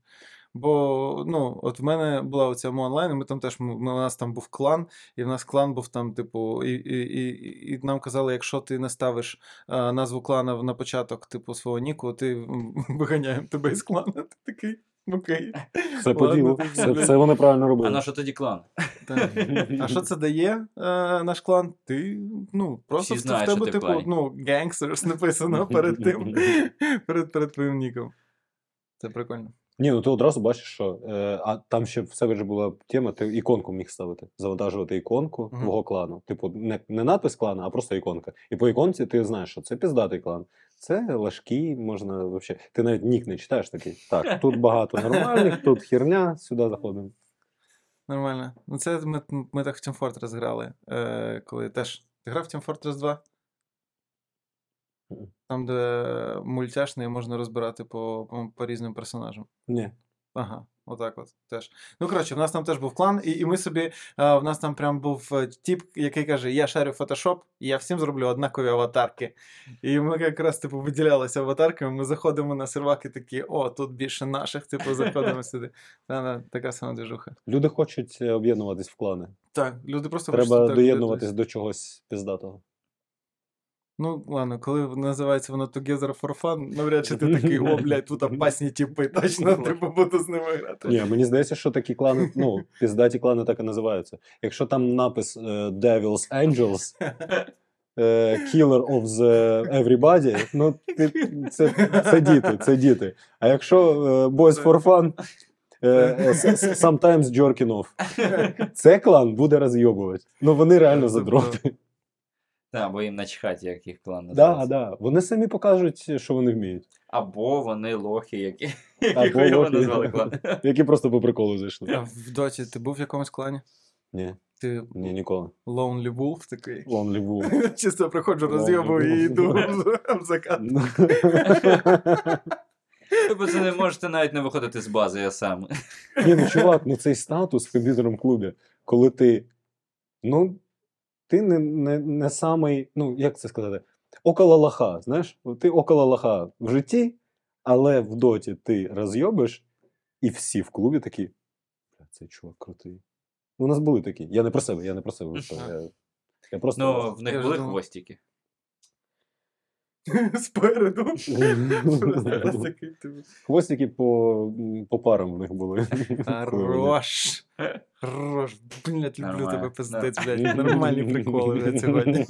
S1: Бо ну, от в мене була оця Мо онлайн, і ми там теж ми, у нас там був клан, і в нас клан був там, типу, і, і, і, і нам казали, якщо ти не ставиш е, назву клана в- на початок, типу, свого ніку, ти м, виганяємо тебе із клана. Ти такий. Окей.
S3: Все
S1: Ладно,
S3: по ділу.
S1: ти
S3: Це,
S1: взагалі.
S3: це вони правильно робили.
S4: А на що тоді клан?
S1: Так. А що це дає е, наш клан? Ти ну просто
S4: Всі
S1: в-
S4: знають,
S1: в
S4: що
S1: тебе,
S4: ти в
S1: типу,
S4: клані.
S1: ну, гангстерс написано перед тим, перед, перед твоїм ніком. Це прикольно.
S3: Ні, ну ти одразу бачиш, що е, а там ще в себе ж була тема, ти іконку міг ставити, завантажувати іконку
S1: Мгм.
S3: твого клану. Типу, не, не надпис клана, а просто іконка. І по іконці ти знаєш, що це піздатий клан, це лажкі, можна вообще. Ти навіть нік не читаєш такий. Так, тут багато нормальних, тут херня, сюди заходимо.
S1: Нормально. Ну це ми, ми так в Team Fortress грали. Е, коли теж. Ти грав в Team Fortress 2?
S3: Мгм.
S1: Там, де мультяшний можна розбирати по, по, по різним персонажам.
S3: Ні.
S1: Ага, отак от теж. Ну, коротше, в нас там теж був клан, і, і ми собі, е, в нас там прям був е, тіп, який каже: Я шарю фотошоп, і я всім зроблю однакові аватарки. І ми якраз типу виділялися аватарками. Ми заходимо на серваки, такі, о, тут більше наших, типу, заходимо сюди. Та-да, така сама движуха.
S3: Люди хочуть е, об'єднуватись в клани.
S1: Так, люди просто хочуть
S3: Треба
S1: так
S3: доєднуватись до чогось піздатого.
S1: Ну, ладно, коли називається воно Together for Fun, навряд чи ти такий, о, блядь, тут опасні тіпи, точно типу буду з ними грати.
S3: Ні, мені здається, що такі клани, ну, піздаті клани так і називаються. Якщо там напис е, Devil's Angels, е, Killer of the Everybody, ну ти, це, це діти, це діти. А якщо е, Boys for Fun, е, е, с- с- Sometimes Jerking Off, це клан буде розйобувати. Ну вони реально задроти.
S4: Так, бо їм начхати, як їх клан
S3: Да,
S4: називається.
S3: да. Вони самі покажуть, що вони вміють,
S4: Або вони лохи, які
S3: Або
S4: якого його
S3: лохи.
S4: назвали клан.
S3: які просто по приколу
S1: А
S3: зайшли.
S1: в доті ти був в якомусь клані?
S3: Ні,
S1: Ти
S3: ні, ніколи.
S1: Lonely Wolf такий.
S3: Lonely Wolf.
S1: Чисто приходжу,
S3: Lonely
S1: розйобую і
S3: Wolf.
S1: йду в- в закат.
S3: Ну.
S4: Тобто це не можете навіть не виходити з бази, я сам.
S3: Ні, ну чувак, ну цей статус в комп'ютерному клубі, коли ти. Ну, ти не, не, не самий, ну як це сказати, около лоха, знаєш? От Ти около лоха в житті, але в доті ти розйобиш, і всі в клубі такі. Бля, цей чувак крутий. Ну, У нас були такі. Я не про себе, я не про себе. що Я, я
S4: Ну,
S3: просто.
S4: в
S1: Я
S4: них
S1: вже
S4: були
S1: думав.
S4: хвостики.
S1: Спереду. Просто такий, типу,
S3: Хвостики по, м, по парам в них були.
S1: Хорош. Хорош. Блять, люблю
S4: Нормально.
S1: тебе пиздець, блядь. Нормальні приколи блядь, сьогодні.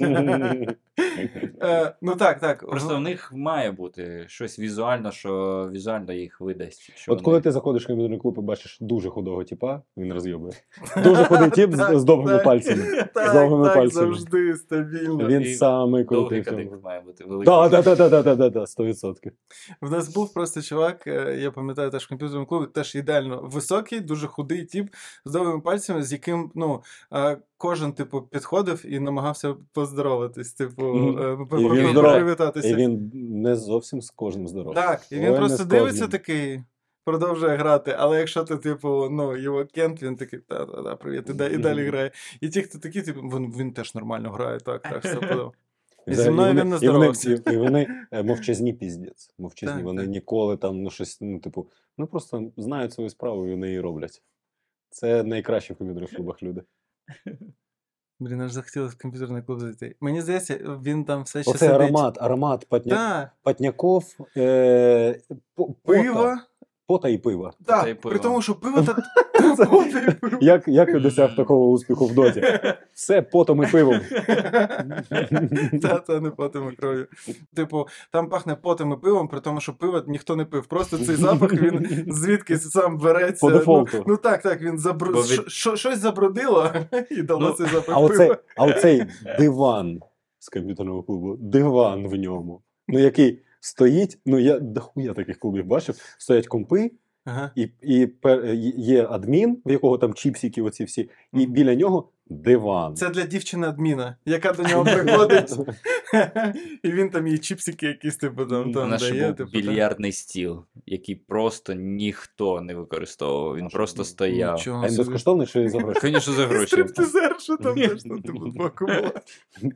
S1: Е, Ну так, так.
S4: Просто в них має бути щось візуально, що візуально їх видасть. Що
S3: От коли
S4: вони-
S3: ти заходиш в комп'ютерний клуб і бачиш дуже худого тіпа, він розйобує. Дуже худий тіп з, з довгими
S1: Так,
S3: пальцями.
S1: Так,
S3: довгими
S1: так,
S3: пальцями.
S1: завжди стабільно.
S3: Він
S4: і
S3: самий крутий.
S4: Довгий
S3: в цьому.
S4: кадик має бути великий.
S3: Да, да, да, да, да, да, да, да, сто відсотків.
S1: В нас був просто чувак, е, я пам'ятаю теж в комп'ютерному клубі, теж ідеально високий, дуже худий тіп з довгими пальцями, з яким ну, е, кожен типу, підходив і намагався поздороватись, типу,
S3: Мгм.
S1: е, пр-
S3: І
S1: пр-
S3: він
S1: пр-
S3: здоровий.
S1: привітатися.
S3: І він не зовсім з кожним здоровий.
S1: Так, і
S3: Ой,
S1: він
S3: не
S1: просто
S3: з
S1: дивиться
S3: кожним.
S1: такий, продовжує грати. Але якщо ти, типу, ну, його кент, він такий, та-та-та, привіт, і, да- і далі грає. І ті, хто такі, типу, він, він теж нормально грає, так, так, все подав. І зі
S3: Взагалі,
S1: мною
S3: вони-
S1: він не
S3: і вони-
S1: здоровався.
S3: І і вони е, мовчазні піздець. Мовчазні.
S1: Так,
S3: Вони
S1: так.
S3: ніколи там ну щось, ну, типу, ну просто знають свою справу і вони її роблять. Це найкраще в комп'ютерних клубах люди.
S1: Блін, аж захотілося в комп'ютерний клуб зайти. Мені здається, він там все ще
S3: Оцей
S1: сидить.
S3: аромат, аромат патня...
S1: Так,
S3: Патняков, е, по- пота,
S1: пиво.
S3: пота і пива.
S1: Так,
S4: Та й
S1: при
S4: пиво.
S1: тому, що пиво та та пота й пиво.
S3: Як, як я досяг такого успіху в доті? Все потом і пивом.
S1: Та, та не потом і кров'ю. Типу, там пахне потом і пивом, при тому, що пиво ніхто не пив. Просто цей запах він звідки сам береться.
S3: По
S1: Ну,
S3: дефолту.
S1: Ну так, так, він забру...
S4: Бо від-
S1: що- що- щось забрудило і дало
S4: Ну,
S1: цей запах
S3: А оцей,
S1: пива.
S3: а оцей диван з комп'ютерного клубу, диван в ньому. Ну який стоїть, ну я дохуя таких клубів бачив, стоять компи,
S1: Ага.
S3: і, і пер- е, є адмін, в якого там чіпсики оці всі, і
S1: Мгм.
S3: біля нього диван.
S1: Це для дівчини адміна, яка до нього приходить, і він там їй чіпсики якісь типу там,
S4: У
S1: там
S4: нас ще
S1: дає.
S4: був
S1: Типу, та.
S4: більярдний стіл, який просто ніхто не використовував. Він
S3: Наша
S4: просто
S3: був.
S4: стояв.
S1: Нічого
S3: А він
S1: собі.
S3: Ем, безкоштовний чи за гроші?
S4: Звісно, за гроші.
S1: Стриптизер, що там теж ну, типу, з боку було.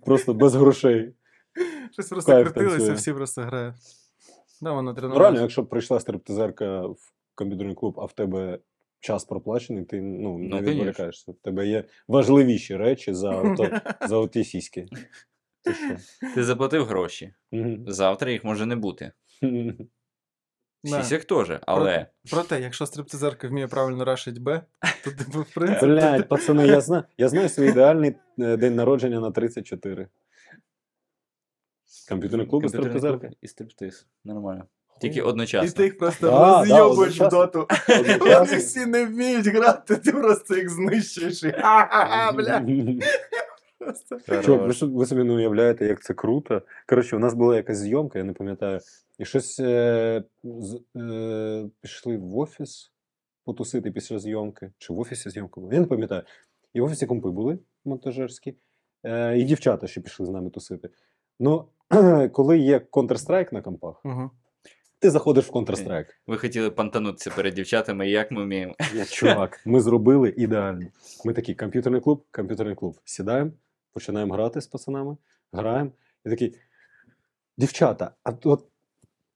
S3: Просто без грошей.
S1: Щось просто
S3: Кайф
S1: крутилося,
S3: танцює.
S1: всі просто грають. Да, воно
S3: Ну, реально,
S1: тренувалося.
S3: якщо б прийшла стриптизерка в комп'ютерний клуб, а в тебе час проплачений, ти ну, не
S2: Ну, конечно.
S3: відволікаєшся. В тебе є важливіші речі за, ото, за оті сіськи. Ти що?
S2: Ти заплатив гроші.
S3: Мгм.
S2: Завтра їх може не бути.
S1: Да.
S2: Сісяк теж, але
S1: Проте, якщо стриптизерка вміє правильно рашить Б, то типу, в принципі.
S3: Блядь, пацани, я знаю, я знаю свій ідеальний е, день народження на 34. Комп'ютерний клуб і
S2: комп'ютерний
S3: стриптизерка.
S2: клуб і стриптиз. Нормально. Тільки одночасно.
S1: І ти їх просто
S3: Да, да,
S1: розйобуєш в
S3: одночасно.
S1: доту. Вони всі не вміють грати, ти просто їх знищуєш. і Ха-ха-ха, бля. Просто.
S3: Чувак, ви, що- ви собі не уявляєте, як це круто. Коротше, у нас була якась зйомка, я не пам'ятаю. І щось е, з, е, пішли в офіс потусити після зйомки. Чи в офісі зйомка була? Я не пам'ятаю. І в офісі компи були монтажерські, е, і дівчата ще пішли з нами тусити. Ну, коли є Counter-Strike на компах,
S1: Мгм.
S3: ти заходиш в Counter-Strike.
S2: Ви хотіли пантанутися перед дівчатами, і як ми вміємо.
S3: Я, чувак, ми зробили ідеально. Ми такі комп'ютерний клуб, комп'ютерний клуб. Сідаємо, починаємо грати з пацанами, граємо. І такі. Дівчата, а от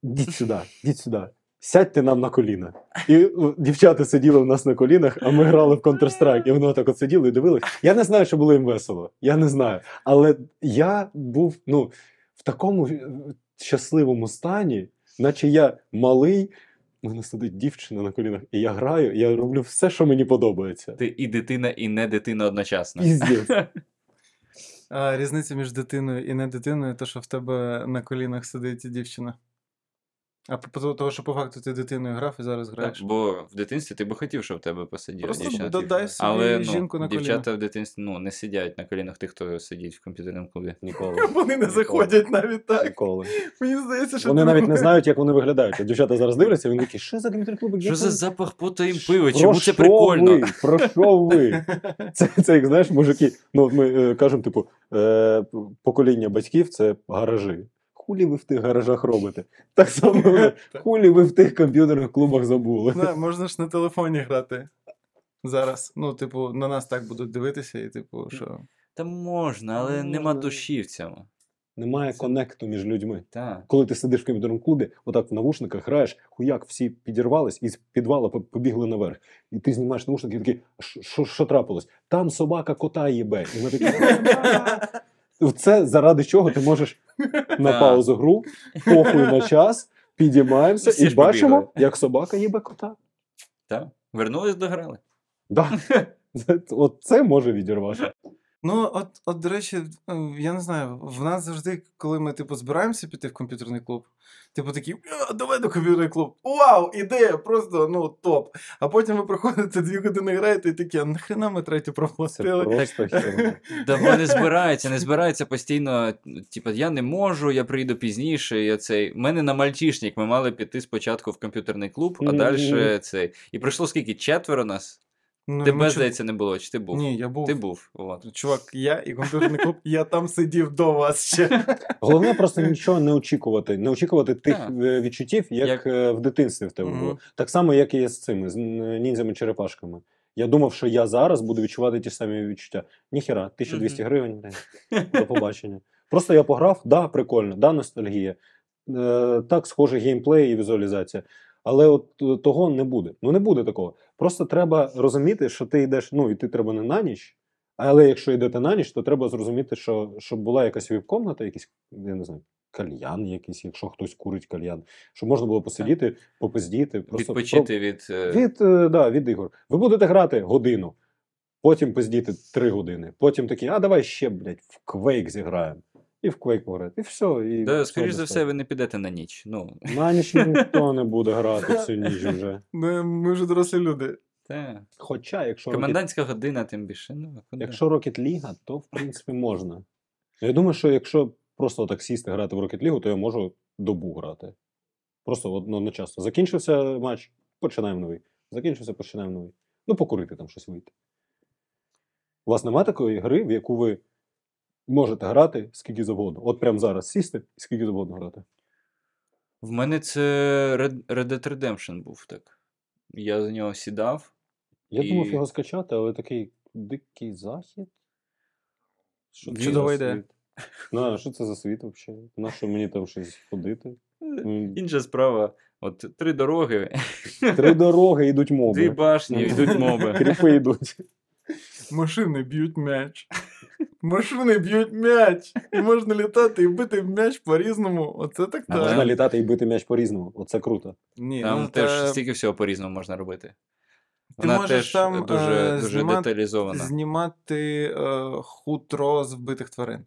S3: діть сюди, діть сюди. Сядьте нам на коліна. І о, дівчата сиділи в нас на колінах, а ми грали в Counter-Strike. І вони так от сиділи і дивились. Я не знаю, що було їм весело. Я не знаю. Але я був ну, в такому е, щасливому стані, наче я малий. У мене сидить дівчина на колінах, і я граю, і я роблю все, що мені подобається.
S2: Ти і дитина, і не дитина одночасно.
S3: Піздець.
S1: А різниця між дитиною і не дитиною, то що в тебе на колінах сидить дівчина. А по по- того, що по факту ти дитиною грав і зараз
S2: Так,
S1: граєш.
S2: бо в дитинстві ти би хотів, щоб в тебе посиділа
S1: Просто
S2: дівчина.
S1: додай
S5: тільки.
S1: собі
S2: Але ну,
S1: жінку на коліна.
S2: дівчата в дитинстві ну, не сидять на колінах тих, хто сидить в комп'ютерному клубі.
S3: Ніколи.
S1: Вони не заходять навіть так.
S3: Ніколи.
S1: Мені здається, що
S3: Вони
S1: ти-
S3: навіть не знають, як вони виглядають. От дівчата зараз дивляться, і вони такі, що за комп'ютерний клуб?
S2: Що
S3: Як
S2: за
S3: ви-
S2: запах пота і пива?
S3: Про
S2: Чому
S3: що
S2: це прикольно?
S3: Ви? Про що ви? Це, це як знаєш, мужики. Ну, от ми е, кажемо, типу, е, покоління батьків це гаражі. Хулі ви в тих гаражах робите. Так само ви, хулі ви в тих комп'ютерних клубах забули.
S1: Да, Ну, можна ж на телефоні грати. Зараз. Ну, типу, на нас так будуть дивитися, і типу, що.
S2: Та можна, але
S3: Можна.
S2: нема душі в цьому.
S3: Немає конекту між людьми.
S2: Так.
S3: Коли ти сидиш в комп'ютерному клубі, отак в навушниках граєш, хуяк всі підірвались і з підвала по- побігли наверх. І ти знімаєш навушники і такий, «Що- що- що трапилось? Там собака кота їбе. І ми такі. «Ага». Це заради чого ти можеш на
S2: Да.
S3: паузу гру, похуй на час, підіймаємося
S2: Всі
S3: і
S2: ж побігли.
S3: бачимо, як собака їбе кота.
S2: Та? Вернулись, дограли.
S3: Да. Це- От це може відірвати.
S1: Ну, от, от, до речі, е, я не знаю, в нас завжди, коли ми, типу, збираємося піти в комп'ютерний клуб, типу такі, «Е, давай до комп'ютерний клуб. Вау, ідея, просто ну топ. А потім ви проходите дві години граєте і такі, а нахрена ми третю
S3: Це
S1: пропустили.
S3: просто херня.
S2: Да вони збираються, не збираються постійно. Типа, я не можу, я прийду пізніше. Я цей. У мене на мальчишник ми мали піти спочатку в комп'ютерний клуб, а
S3: Мгм.
S2: далі цей. І пройшло скільки? Четверо нас?
S1: Ну, ми
S2: Тебе,
S1: чу-
S2: здається, не було, чи ти був?
S1: Ні, я був.
S2: Ти був. От.
S1: Чувак, я і комп'ютерний клуб, я там сидів до вас ще.
S3: Головне просто нічого не очікувати, не очікувати тих
S2: Так.
S3: е, відчуттів, як,
S2: Як-
S3: е, в дитинстві в тебе
S1: Мгм.
S3: було. Так само, як і я з цими з ніндзями черепашками. Я думав, що я зараз буду відчувати ті самі відчуття. Ніхіра, 1200 гривень. блін. До побачення. Просто я пограв, да, прикольно, да, ностальгія. Е, так, схоже, геймплей і візуалізація. Але от е, того не буде. Ну не буде такого. Просто треба розуміти, що ти йдеш, ну і ти треба не на ніч. Але якщо йдете на ніч, то треба зрозуміти, що щоб була якась віп-комната, якийсь, я не знаю, кальян якийсь, якщо хтось курить кальян, щоб можна було посидіти, попиздіти, просто про-
S2: Відпочити від. е,
S3: від, е, да, від ігор. Ви будете грати годину, потім пиздіти три години. Потім такі, а давай ще, блядь, в квейк зіграємо. І в квейк пограти. І все. І
S2: Да,
S3: всьому
S2: скоріш за все,
S3: достатньо.
S2: ви не підете на ніч. Ну,
S3: На ніч ніхто не буде грати всю ніч вже.
S1: Ну, Ми вже дорослі люди.
S2: та.
S3: Хоча, якщо Rocket,
S2: Комендантська година, тим більше. Ну, куди?
S3: якщо Rocket League, то в принципі можна. Я думаю, що якщо просто так сісти грати в Rocket League, то я можу добу грати. Просто ну, одночасно. Закінчився матч, починаємо новий. Закінчився, починаємо новий. Ну, покурити там щось вийти. У вас немає такої гри, в яку ви можете грати скільки завгодно. От прямо зараз сісти і скільки завгодно грати.
S2: В мене це Red Red Dead Redemption був так. Я за нього сідав.
S3: Я
S2: І-
S3: думав його скачати, але такий дикий захід.
S2: Він-
S3: це за
S1: Чудова
S3: світ?
S1: ідея.
S3: На, що це за світ взагалі? На що мені там щось ходити? М,
S2: Інша справа. От три дороги,
S3: Три дороги йдуть
S2: дві
S3: моби.
S2: башні, йдуть моби.
S3: Кріпи йдуть.
S1: Машини б'ють м'яч. Машини б'ють м'яч. І можна літати і бити м'яч по-різному. Оце так
S2: Але-
S1: так.
S3: Можна літати і бити м'яч по-різному. Оце круто.
S1: Ні,
S2: Там
S1: ну, та-
S2: теж стільки всього по-різному можна робити. Вона
S1: можеш
S2: теж
S1: там,
S2: дуже,
S1: е,
S2: дуже
S1: знімати-
S2: деталізована.
S1: знімати е, хутро з вбитих тварин.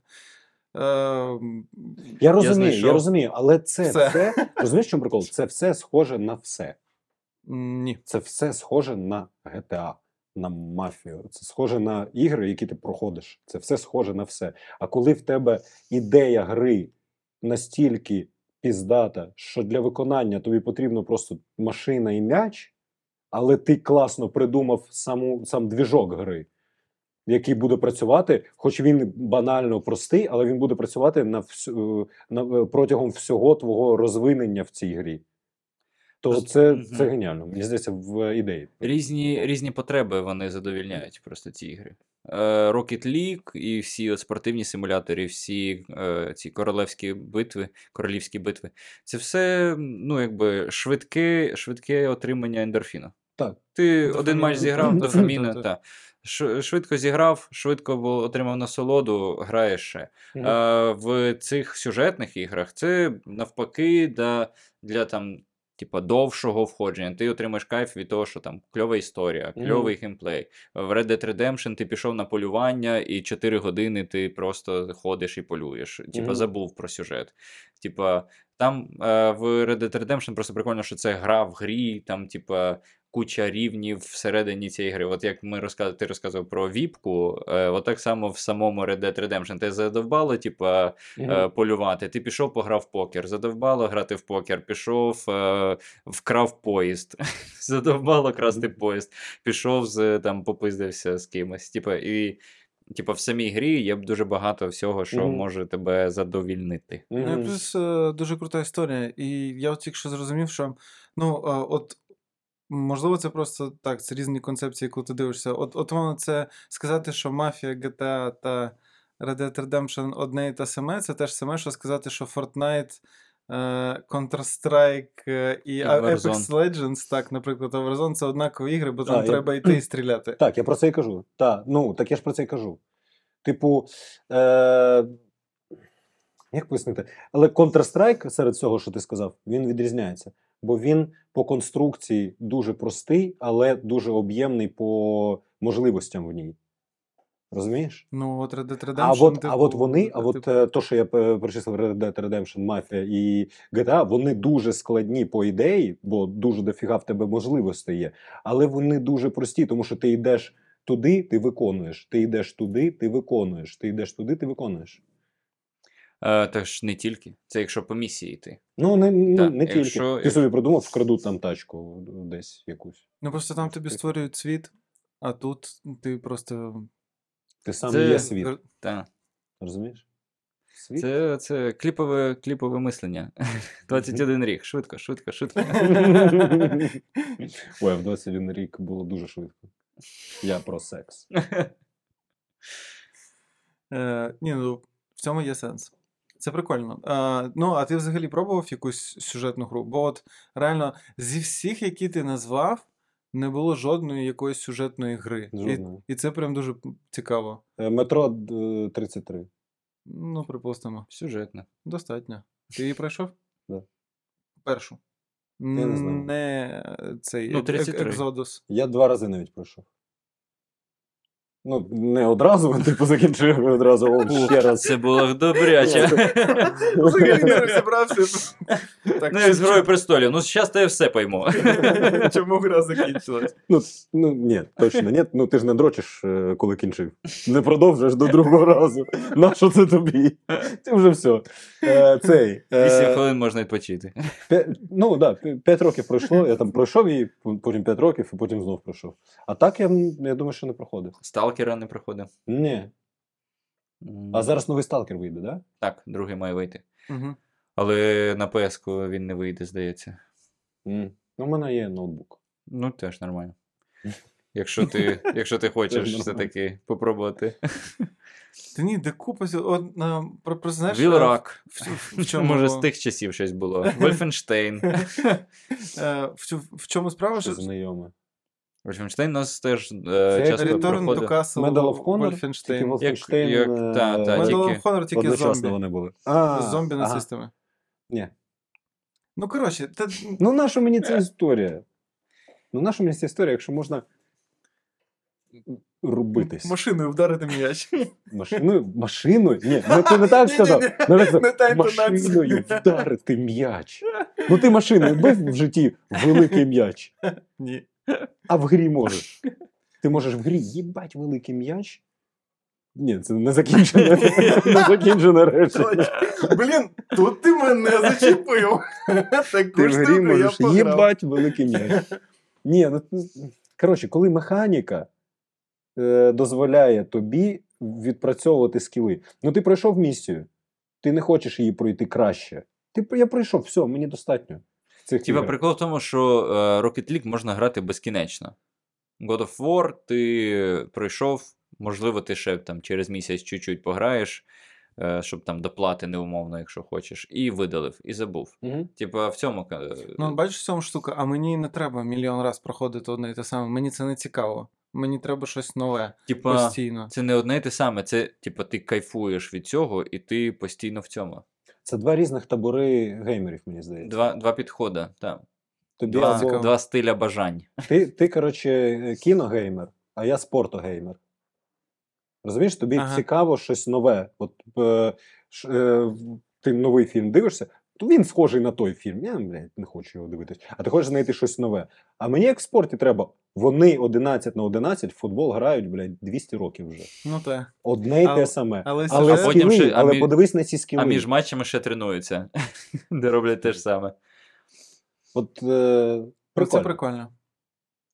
S1: Е,
S3: Я розумію, я,
S2: знайшов.
S3: розумію, але це все.
S1: Все.
S3: Розумієш, в чому прикол? Це все схоже на все.
S1: ні.
S3: Це все схоже на GTA, на мафію. Це схоже на ігри, які ти проходиш. Це все схоже на все. А коли в тебе ідея гри настільки піздата, що для виконання тобі потрібно просто машина і м'яч, але ти класно придумав саму, сам двіжок гри, який буде працювати, хоч він банально простий, але він буде працювати на всю, е, на, протягом всього твого розвинення в цій грі. То
S2: Просто-
S3: це,
S2: Мгм.
S3: це геніально. Мені здається, в е, ідеї.
S2: Різні, різні потреби вони задовільняють просто ці ігри. Е, Rocket League і всі от спортивні симулятори, всі е, ці королевські битви, королівські битви. Це все, м, ну, якби, швидке, швидке отримання ендорфіна.
S3: Так.
S2: Ти
S1: Дофаміну.
S2: один матч зіграв, дофаміна,
S1: Та-та.
S2: та. Ш- Швидко зіграв, швидко бу- отримав насолоду, граєш ще. А, Э, в цих сюжетних іграх це навпаки для, для там, типа, довшого входження. Ти отримаєш кайф від того, що там кльова історія,
S3: Мгм.
S2: кльовий геймплей. В Red Dead Redemption ти пішов на полювання, і 4 години ти просто ходиш і полюєш. Типа,
S3: Мгм.
S2: забув про сюжет. Типа, там е, в Red Dead Redemption просто прикольно, що це гра в грі, там, типа. Куча рівнів всередині цієї гри. От як ми розказ... ти розказував про Віпку, е, от так само в самому Red Dead Redemption. Ти задовбало, типа, е, полювати. Ти пішов, пограв в покер, задовбало грати в покер, пішов, е, вкрав поїзд, задовбало красти поїзд, пішов з там, попиздився з кимось. Типа, і типа, в самій грі є б дуже багато всього, що
S3: Мгм.
S2: може тебе задовільнити.
S1: Ну, і плюс е, дуже крута історія. І я от тільки що зрозумів, що ну, е, от можливо, це просто так, це різні концепції, коли ти дивишся. От, от воно це сказати, що мафія, GTA та Red Dead Redemption одне і те саме, це теж саме, що сказати, що Fortnite. е, Counter-Strike е, і а, Apex
S2: Warzone.
S1: Legends, так, наприклад, Warzone це однакові ігри, бо там
S3: А, я-
S1: треба йти і стріляти.
S3: Так, я про це і кажу. Та, ну, так я ж про це і кажу. Типу, е- як пояснити? Але Counter-Strike серед цього, що ти сказав, він відрізняється. Бо він по конструкції дуже простий, але дуже об'ємний по можливостям в ній. Розумієш?
S1: Ну, от Red Dead Redemption.
S3: А от, а
S1: типу,
S3: от вони, а
S1: е,
S3: от
S1: типу,
S3: е, то, що я е, перечислив Red Dead Redemption, Mafia і GTA, вони дуже складні по ідеї, бо дуже дофіга в тебе можливостей є. Але вони дуже прості, тому що ти йдеш туди, ти виконуєш. Ти йдеш туди, ти виконуєш. Ти йдеш туди, ти виконуєш.
S2: Е, та ж не тільки. Це якщо по місії йти.
S3: Ну не, ну,
S2: Так,
S3: не тільки.
S2: якщо-
S3: Ти собі придумав, вкрадуть там тачку десь якусь.
S1: Ну просто там тобі
S3: Типу.
S1: створюють світ, а тут ти просто.
S3: Ти сам
S2: Це-
S3: є світ.
S2: Та.
S3: Розумієш? Світ.
S2: Це, це кліпове, кліпове мислення. 21 рік. Швидко, швидко, швидко.
S3: Ой, а в 21 рік було дуже швидко. Я про секс.
S1: Е, ні, ну в цьому є сенс. Це прикольно. Е, ну, а ти взагалі пробував якусь сюжетну гру? Бо от реально зі всіх, які ти назвав, не було жодної якоїсь сюжетної гри. І,
S3: Жодної.
S1: і це прям дуже цікаво.
S3: Е, Метро д- 33.
S1: Ну, припустимо,
S2: Сюжетно.
S1: достатньо. Ти її пройшов?
S3: Да.
S1: Першу.
S3: не знаю.
S1: Не е, цей
S2: Ну,
S1: ек- ек-
S2: 33.
S1: Екзодус.
S3: Я два рази навіть пройшов. Ну, не одразу, типу закінчив одразу, о, ще раз.
S2: Це було добряче.
S1: Взагалі не розібрався. Так,
S2: Ну,
S1: чи-
S2: як з грою престолів. Ну, зараз я все пойму.
S1: Чому гра закінчилась?
S3: Ну, ну, ні, точно, ні. Ну ти ж не дрочиш, е, коли кінчив. Не продовжуєш до другого разу. На що це тобі? Це вже все. Е, цей. е,
S2: 8 хвилин можна відпочити.
S3: П'я- Ну так, да, 5 років пройшло, я там пройшов і потім 5 років, і потім знов пройшов. А так я, м, я думаю, що не проходив.
S2: Сталкера не проходив.
S3: Ні.
S2: М,
S3: А зараз новий сталкер вийде, так? Да?
S2: Так, другий має вийти.
S1: Угу.
S2: Але на PS він не вийде, здається.
S3: Ну, в мене є ноутбук.
S2: Ну, теж нормально. якщо ти, якщо ти хочеш
S3: нормально.
S2: все-таки попробувати.
S1: Та ні, де купа. зі- От, на, про, про, знаєш,
S2: Вілрак.
S1: в, в, в чому,
S2: Може, з тих часів щось було. Вольфенштейн.
S1: е, в, чо- в чому справа,
S3: Що
S1: що
S3: знайоме.
S2: Вольфенштейн нас теж е,
S3: Це
S2: часто
S1: Return to
S2: проходив.
S1: Castle
S3: Medal of Honor, тільки
S1: Wolfenstein.
S3: Wolfenstein,
S2: як-
S3: е,
S2: та, та,
S1: Medal
S2: тільки-
S1: of Honor тільки
S3: Одночасно
S1: зомбі.
S3: вони були. А,
S1: З зомбі
S3: ага.
S1: нацистами.
S3: Ні.
S1: Ну, коротше, та,
S3: Ну, наша мені ця історія? Ну, наша мені ця історія, якщо можна рубитись.
S1: машиною вдарити м'яч.
S3: Машиною? Машиною? Ні, ну ти не так сказав.
S1: Ні-ні-ні.
S3: Ну, так сказав.
S1: Не та інтонація.
S3: машиною вдарити м'яч. Ну ти машиною бив в житті великий м'яч,
S1: Ні.
S3: а в грі можеш. Ти можеш в грі їбать великий м'яч. Ні, це не закінчене, не закінчене речення.
S1: Блін, тут ти мене зачепив.
S3: Ти
S1: Таку
S3: в
S1: ж
S3: грі
S1: штуку я
S3: можеш
S1: пограв.
S3: їбать великий м'яч. Ні, ну ну, коротше, коли механіка е, дозволяє тобі відпрацьовувати скіли. Ну, ти пройшов місію, ти не хочеш її пройти краще. Ти я пройшов, все, мені достатньо. Цих
S2: Типа
S3: ігор.
S2: прикол в тому, що е, Rocket League можна грати безкінечно. God of War ти пройшов, можливо, ти ще там через місяць чуть-чуть пограєш, е, щоб там доплати неумовно, якщо хочеш, і видалив, і забув.
S3: Мгм.
S2: Типа в цьому. е,
S1: Ну, бачиш, в цьому штука, а мені не треба мільйон раз проходити одне і те саме. Мені це не цікаво. Мені треба щось нове
S2: типа,
S1: постійно.
S2: це не одне і те саме, це типа ти кайфуєш від цього, і ти постійно в цьому.
S3: Це два різних табори геймерів, мені здається.
S2: Два, два підходи, так.
S3: Тобі
S2: Два,
S3: або...
S1: цікаво.
S2: два стиля бажань.
S3: ти, ти, коротше, кіногеймер, а я спортогеймер. Розумієш, тобі
S1: Ага.
S3: цікаво щось нове. От е, ш, е, в- ти новий фільм дивишся, то він схожий на той фільм. Я блядь, не хочу його дивитись. А ти хочеш знайти щось нове. А мені як в спорті треба. Вони 11 на 11 в футбол грають, блядь, 200 років вже.
S1: Ну так.
S3: Одне й
S1: Але-
S3: те саме.
S1: але
S3: Але,
S1: сюжет-
S2: А потім
S3: скіли,
S2: ще- а
S3: але
S2: мі-
S3: подивись на ці скіли.
S2: А між матчами ще тренуються, де роблять те ж саме.
S3: От, е,
S1: Ну, Це
S3: прикольно.
S1: прикольно.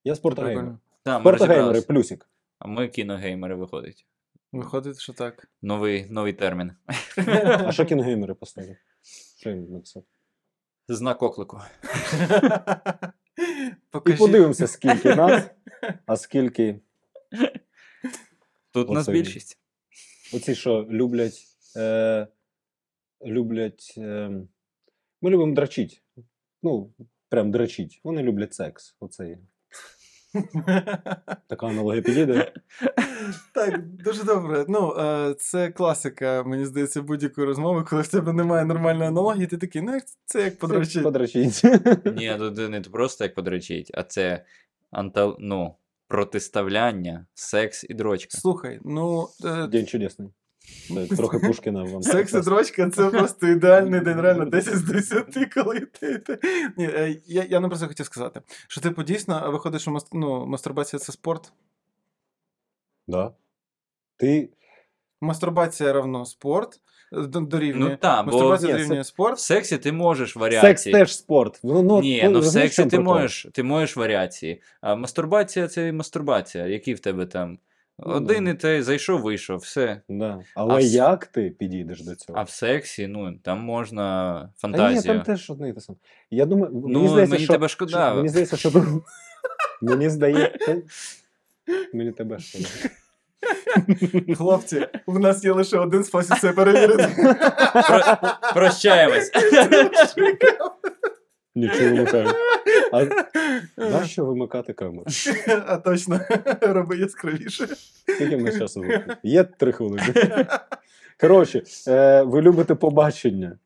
S3: Я спортогеймер.
S1: Прикольно.
S2: Та, ми
S3: Спортогеймери,
S2: розібрались.
S3: плюсик.
S2: А ми кіногеймери виходить.
S1: Виходить, що так.
S2: Новий, новий термін.
S3: А що кінгеймери поставили? Що їм написав?
S2: Знак оклику.
S3: І
S1: Покажіть.
S3: подивимося, скільки нас, а скільки
S2: Тут нас
S3: Оце він.
S2: більшість.
S3: оці, що люблять. Е, люблять е, ми любимо драчить. Ну, прям драчить. Вони люблять секс. Оце є. така аналогія підійде.
S1: Так, дуже добре. Ну, е, це класика, мені здається, будь-якої розмови, коли в тебе немає нормальної аналогії, ти такий, ну як це як подрочить.
S3: Подрачить.
S2: Ні, тут не просто як подречить, а це анта... ну, протиставляння, секс і дрочка.
S1: Слухай, ну е,
S3: День чудесний. Це трохи Пушкіна вам.
S1: секс і дрочка це просто ідеальний день, реально 10 з 10, коли ти. ти- Ні, е, я, я не про це хотів сказати. Що типу дійсно виходить, що мас- ну, мастурбація це спорт.
S3: Да. Ти
S1: Мастурбація равно спорт. е, д- Дорівнює.
S2: Ну так, бо
S1: мастурбація
S3: ні,
S1: дорівнює
S2: в
S1: спорт.
S2: сексі ти можеш варіації.
S3: секс теж спорт. Ну, ну,
S2: Ні, ну в
S3: розумієш,
S2: сексі
S3: чому
S2: ти
S3: прикол?
S2: можеш, ти можеш варіації. А мастурбація це і мастурбація. Які в тебе там? Один
S3: Ну, да.
S2: і той зайшов, вийшов, все.
S3: Да. Але
S2: в с-
S3: як ти підійдеш до цього?
S2: А в сексі, ну там можна
S3: Та ні,
S2: фантазію.
S3: там теж одне і те саме. Я думаю, ну,
S2: Ну,
S3: мені здається,
S2: мені
S3: що,
S2: тебе шкода.
S3: що- Мені здається, що мені здається. Мені тебе шкода.
S1: Хлопці, в нас є лише один спосіб це перевірити.
S2: Про- Прощаємось.
S3: Нічого вимикаю. А нащо вимикати камеру?
S1: А точно, роби яскравіше.
S3: Скільки ми часу вимкнули? Є три хвилини. Коротше, е, ви любите побачення.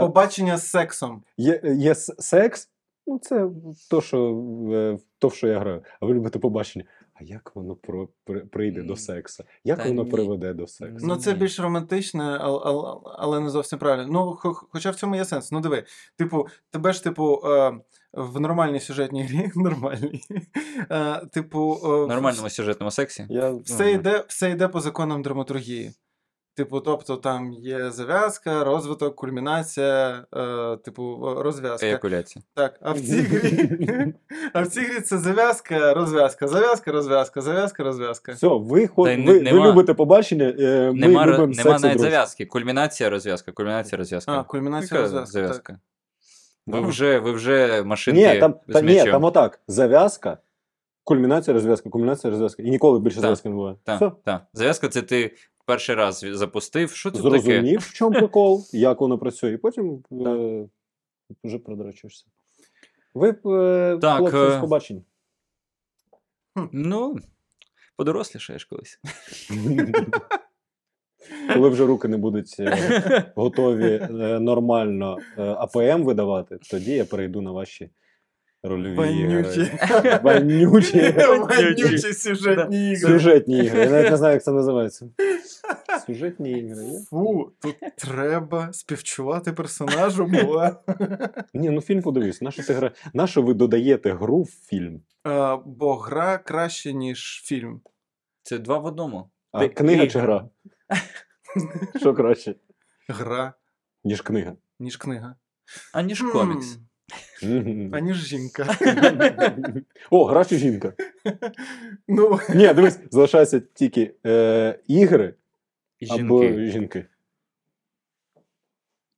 S1: Побачення з сексом.
S3: є, є с- секс, ну це то, що, е, то, в що я граю. А ви любите побачення. А як воно про, при- прийде до сексу? Як
S2: Та
S3: воно
S2: ні.
S3: приведе до сексу?
S1: Ну, це
S2: Ні.
S1: більш романтичне, ал- ал- ал- але не зовсім правильно. Ну, хо- хо- хоча в цьому є сенс. Ну, диви, типу, тебе ж, типу, е, в нормальній сюжетній грі, нормальній, е, типу, е,
S3: Тобто,
S2: В нормальному сюжетному сексі.
S3: Я,
S1: все йде, все йде по законам драматургії. Типу, тобто там є зав'язка, розвиток, кульмінація, е, типу, е, розв'язка.
S2: Еякуляція.
S1: Так, а в цій грі, а в цій грі це зав'язка, розв'язка, зав'язка, розв'язка, зав'язка, розв'язка.
S3: Все, ви, хо...
S2: Та й
S3: ви,
S2: не-
S3: ви
S2: нема-
S3: любите побачення, е, ми
S2: Нема, ро-
S3: любимо
S2: нема
S3: секс
S2: навіть
S3: і дрочку.
S2: зав'язки. Кульмінація, розв'язка, кульмінація, розв'язка.
S1: А, кульмінація,
S2: Яка
S1: розв'язка. так.
S2: Ви
S1: Ну.
S2: вже, ви вже машинки
S3: Ні, там,
S2: з
S3: та, ні,
S2: м'ячем.
S3: там отак. Зав'язка, Кульмінація, розв'язка, кульмінація, розв'язка. І ніколи більше
S2: Так.
S3: зв'язки не буває. Все.
S2: Так, так. Зав'язка це ти перший раз запустив. Що це таке?
S3: Зрозумів, в чому прикол, як воно працює, і потім е, вже продрачишся. Ви б е,
S2: Так,
S3: хлопці
S2: е,
S3: з побачень.
S2: Ну, подорослішаєш колись.
S3: Коли вже руки не будуть е, готові е, нормально е, АПМ видавати, тоді я перейду на ваші рольові
S1: Вонючі.
S3: ігри. Вонючі.
S1: Вонючі сюжетні ігри.
S3: Сюжетні ігри. Я навіть не знаю, як це називається. Сюжетні ігри. є?
S1: Фу, тут треба співчувати персонажу, бо
S3: Ні, ну фільм подивись. Нащо ти гра... Нащо ви додаєте гру в фільм?
S1: Е, бо гра краще, ніж фільм.
S2: Це два в одному.
S3: А
S2: Ти-
S3: книга
S2: ігра.
S3: чи гра? Що краще,
S1: Гра,
S3: ніж книга.
S1: ніж книга.
S2: Аніж комікс.
S1: М,
S3: Мгм.
S1: Аніж жінка.
S3: О, гра чи жінка?
S1: Ну,
S3: Ні, дивись, залишається тільки е, ігри
S2: Жінки.
S3: або жінки.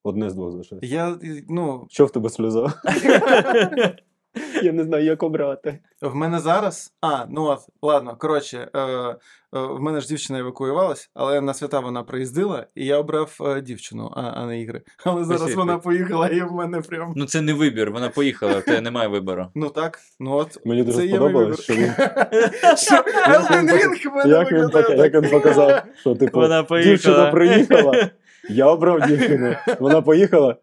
S3: Одне з двох залишається.
S1: я, і, ну,
S3: Що в тебе сльоза? Я не знаю, як обрати.
S1: в мене зараз. А, ну от, ладно, коротше, е, е, в мене ж дівчина евакуювалась, але на свята вона приїздила, і я обрав е, дівчину, а, а не ігри. Але зараз
S2: Спасибі.
S1: вона поїхала, і в мене прям.
S2: Ну, це не вибір, вона поїхала, в тебе немає вибору.
S1: Ну так, ну от.
S3: Мені
S1: Це
S3: дуже
S1: є мій
S3: сподобалось, що
S1: вибір.
S3: він,
S1: Що? Елден Рінг мене
S3: як, він
S1: виконав
S3: пока-
S1: так.
S3: як він показав, що типу,
S2: Вона
S3: дівчина
S2: поїхала.
S3: приїхала, я обрав дівчину, вона поїхала.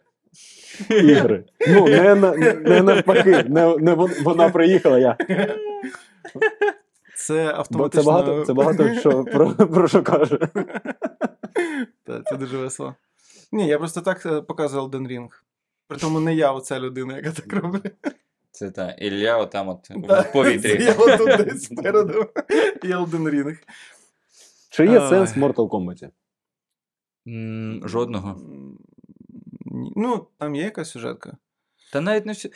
S3: Ігри. Ну, не, на- не навпаки, не, не вон- вона приїхала, я.
S1: Це
S3: Бо це
S1: автоматично.
S3: багато, це багато що про, про що каже.
S1: Та, це дуже весело. Ні, я просто так е, показував Elden Ring. Притому не я оця людина, яка так робить.
S2: Це та Ілля отам от
S1: Та,
S2: в
S1: це
S2: повітрі.
S1: Я отут десь спереду. І Elden Ring.
S3: Чи є
S1: Ай.
S3: сенс в Mortal Kombat?
S2: М, Жодного.
S1: Ні, Ну, там є якась сюжетка.
S2: Та навіть не всі.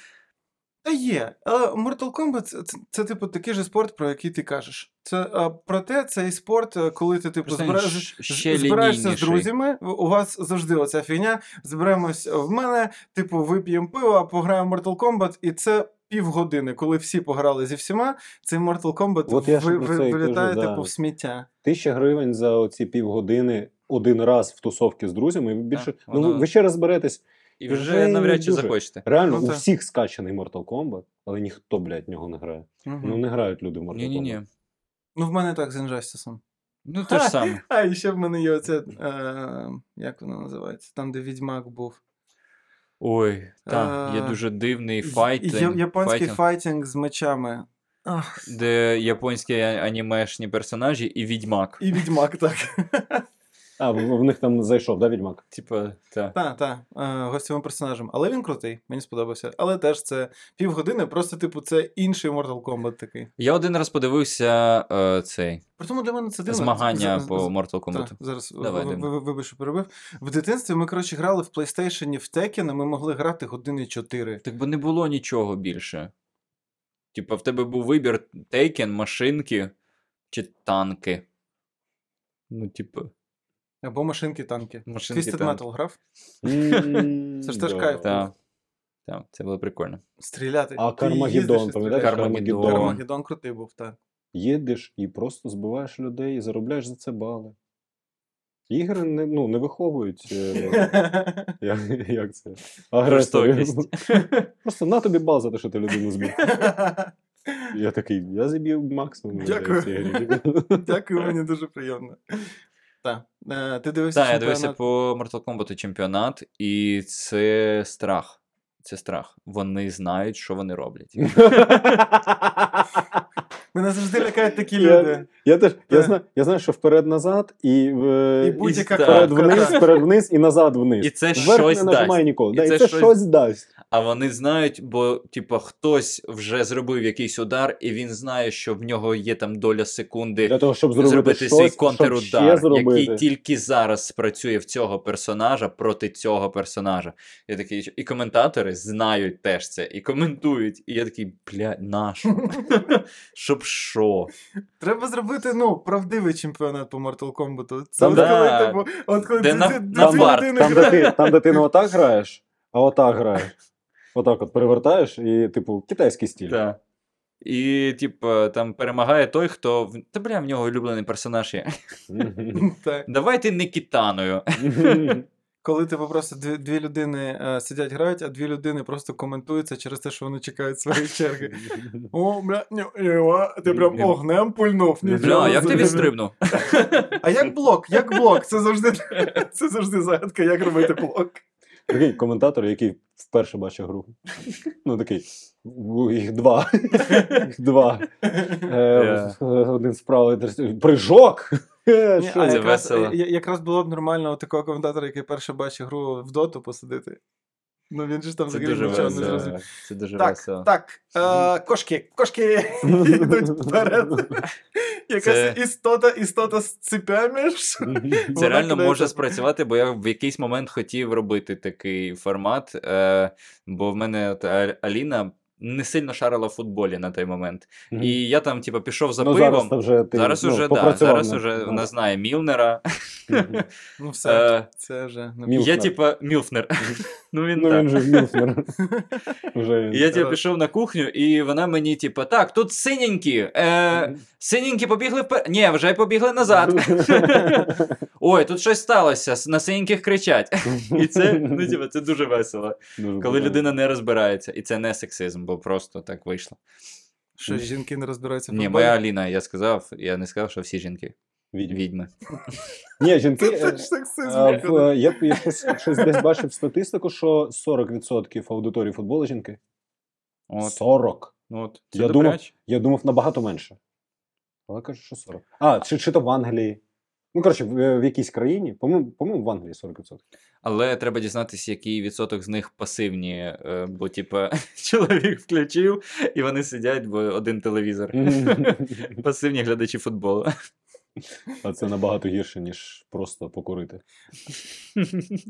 S1: Та є. Але Mortal Kombat це, це, це, типу, такий же спорт, про який ти кажеш. Це а, проте цей спорт, е, коли ти типу
S2: Просто він
S1: збираєш.
S2: щ- ще
S1: збираєшся з
S2: лінійніший.
S1: друзями, в- у вас завжди оця фігня. Зберемось в мене, типу, вип'ємо пиво, пограємо в Mortal Kombat, і це півгодини, коли всі пограли зі всіма, цей Mortal Kombat
S3: От я ж
S1: ви-
S3: про
S1: ви-
S3: це і
S1: вилітає
S3: кажу, да.
S1: типу в сміття.
S3: Тисяча гривень за оці півгодини один раз в тусовці з друзями, і ви більше.
S2: Так,
S3: Ну, ви-
S2: воно-
S3: ви ще раз зберетесь.
S2: І
S3: Вже
S2: вже навряд чи
S3: дуже.
S2: захочете.
S3: Реально,
S1: Ну,
S3: у
S1: так.
S3: всіх скачаний Mortal Kombat, але ніхто, блядь, в нього не грає.
S1: Мгм.
S3: Ну,
S1: Ну,
S3: не грають люди в Mortal
S2: Ні,
S3: Kombat.
S2: ні, ні.
S1: в мене так з Injustice.
S2: Ну те ж саме.
S1: А, і ще в мене є оце, е, як воно називається, там, де відьмак був.
S2: Ой, так, є
S1: А,
S2: дуже дивний
S1: Й-
S2: файт,
S1: я- Японський файтинг з мечами. Ах,
S2: де японські а- анімешні персонажі і відьмак.
S1: і відьмак, так.
S3: А, в, в них там зайшов, да, відьмак?
S2: Типа, та.
S1: Так, так, гостєвим е, персонажем. Але він крутий, мені сподобався. Але теж це півгодини, просто, типу, це інший Mortal Kombat такий.
S2: Я один раз подивився е, цей
S1: При тому для мене це дивно.
S2: змагання
S1: З- з-
S2: по
S1: з-
S2: Mortal Kombat.
S1: так, зараз е,
S2: Давай,
S1: ви-
S2: Дим.
S1: ви- ви- вибач, що перебив. В дитинстві ми, коротше, грали в PlayStation в Tekken, і ми могли грати години 4.
S2: Так бо не було нічого більше. Типа, в тебе був вибір тейкен, машинки чи танки. Ну, типа,
S1: Або машинки танки.
S2: машинки.
S1: Twisted
S2: танки.
S1: Metal грав.
S3: Це
S1: Це ж теж кайф.
S2: Та. Та, це було прикольно.
S1: Стріляти.
S3: А
S1: Ти їздиш і
S3: Кармагеддон,
S1: стріляєш.
S3: пам'ятаєш?
S2: Кармагеддон.
S3: Кармагеддон.
S1: Кармагеддон крутий був, так.
S3: Їдеш і просто збиваєш людей і заробляєш за це бали. Ігри не, ну, не виховують. е, Я- Як це? Агресорів.
S2: Жорстокість.
S3: Просто на тобі бал за те, що ти людину збив. Я такий, я забив максимум.
S1: Дякую.
S3: в цій грі.
S1: Дякую, мені дуже приємно. Так. Е, Ти дивився
S2: Так, я дивився
S3: ну.
S1: чемпіонат?
S2: по Mortal Kombat чемпіонат, і це страх. Це страх. Вони знають, що вони роблять.
S1: Мене завжди лякають такі
S3: Я-
S1: люди.
S3: Я теж я
S1: Та.
S3: знаю, я знаю, що вперед-назад і, в-
S1: І будь-яка
S2: так.
S3: вперед
S1: кнопка.
S3: вниз,
S1: так.
S3: вперед вниз і назад вниз.
S2: І це
S3: Вверх
S2: щось
S3: не нажимає
S2: дасть.
S3: ніколи.
S2: І
S3: Да, І
S2: це
S3: це
S2: щось-
S3: щось дасть.
S2: А вони знають, бо, типа, хтось вже зробив якийсь удар, і він знає, що в нього є там доля секунди
S3: Для того, щоб
S2: зробити,
S3: зробити
S2: цей
S3: щось, щоб ще
S2: контрудар, який
S3: зробити.
S2: тільки зараз спрацює в цього персонажа проти цього персонажа. Я такий, і коментатори знають теж це, і коментують. І я такий, бля, нащо? Щоб що?
S1: Треба зробити ну, правдивий чемпіонат по Mortal Kombat. Це
S3: Там,
S1: от,
S2: да.
S1: коли, типу, от коли
S2: Де
S1: ці-
S2: на-
S1: ці-
S2: на
S1: ці
S2: бар,
S1: людини
S3: Там, де
S1: грають.
S3: ти, там, де ти не отак граєш, а отак граєш. Отак от перевертаєш і, типу, китайський стиль.
S2: Та. І, типу, там перемагає той, хто. в- Та бля, в нього улюблений персонаж є.
S1: Так.
S2: Давайте не кітаною.
S1: Коли типу просто дві, дві людини е, сидять, грають, а дві людини просто коментуються через те, що вони чекають своєї черги. О, бля, ні, Іва, ти прям огнем пульнув. нічого
S2: Бля, як ти
S1: собі.
S2: відстрибнув?
S1: А як блок? Як блок? Це завжди це завжди загадка, як робити блок.
S3: Такий коментатор, який вперше бачив гру. Ну такий. «У, Їх два. Їх два. Е, Один справа, один- прыжок. Е,
S1: Ні,
S3: що
S1: а
S3: це?
S2: це
S1: якраз,
S2: весело.
S1: я- якраз було б нормально от такого коментатора, який перше бачить гру в доту посадити. Ну він же ж там
S2: Це
S1: взагалі
S2: дуже
S1: нічого не
S2: весело.
S1: зрозумів.
S2: Це дуже
S1: Так,
S2: весело.
S1: так, е, кошки, кошки йдуть вперед. Якась
S2: Це-
S1: істота, істота з цепями. що-
S2: Це
S1: Вона
S2: реально
S1: кидається-
S2: може спрацювати, бо я в якийсь момент хотів робити такий формат, е, бо в мене от А- Аліна не сильно шарила в футболі на той момент.
S3: Мгм.
S2: І я там, типу, пішов за
S3: Ну,
S2: пивом.
S3: зараз вже ти
S2: Зараз
S3: ну,
S2: уже, да,
S3: попрацював
S2: зараз
S3: над-
S2: уже
S3: над-
S2: вона знає Мілнера.
S3: Мгм.
S1: Ну все,
S2: Е,
S1: це вже. ну,
S3: Мілфнер.
S2: Я, типа, Мілфнер. Ну він
S3: Ну
S2: так.
S3: він же Мілфнер. Уже він.
S2: І Я типу,
S1: Зараз.
S2: пішов на кухню, і вона мені, типу, так, тут синенькі. Е, синенькі побігли вперед. Ні, вже побігли назад. Ой, тут щось сталося, с- на синеньких кричать. І це, ну, типу, це дуже весело.
S3: Дуже
S2: Коли
S3: прикольно.
S2: людина не розбирається, і це не сексизм, бо просто так вийшло.
S1: Що жінки не розбираються в
S2: Ні,
S1: футболі?
S2: моя Аліна, я сказав, я не сказав, що всі жінки
S3: Відьми.
S2: відьми.
S3: Ні, жінки.
S1: Це
S3: е,
S1: теж сексизм.
S3: А, в-
S1: виходить.
S3: е, Я б я щось, щось десь бачив статистику, що 40% аудиторії футболу жінки.
S2: От, ну
S3: 40.
S2: от.
S3: Я
S2: Це
S3: думав-
S2: добряч.
S3: Я думав набагато менше. Але кажуть, що 40. А, чи, чи то в Англії. Ну, коротше, в, е, в якійсь країні, по-моєму, по-моєму, в Англії 40%.
S2: Але треба дізнатися, який відсоток з них пасивні, е, бо, типа, чоловік включив, і вони сидять, бо один телевізор. Пасивні глядачі футболу.
S3: А це набагато гірше, ніж просто покурити.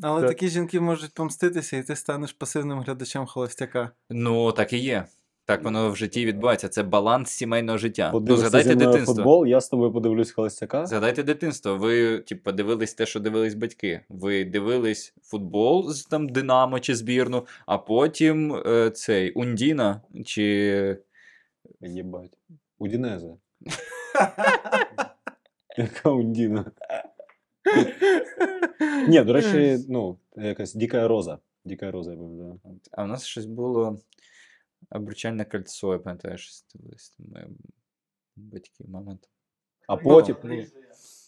S1: Але
S2: так.
S1: такі жінки можуть помститися, і ти станеш пасивним глядачем холостяка.
S2: Ну, так і є. Так воно в житті відбувається. Це баланс сімейного життя. Ну,
S3: Подивишся
S2: згадайте
S3: зі мною
S2: дитинство.
S3: футбол, я з тобою подивлюсь холостяка.
S2: Згадайте дитинство. Ви, типу, дивились те, що дивились батьки. Ви дивились футбол з там Динамо чи збірну, а потім е, цей Ундіна чи.
S3: Єбать. Удінезе. Яка Ундіна. Ні, до речі, ну, якась діка роза. Діка роза, я пам'ятаю.
S2: А в нас щось було обручальне кольцо, я пам'ятаю, щось дивились. там, е, Батьки, мама. там.
S3: А
S1: Ну,
S3: потім,
S1: ну,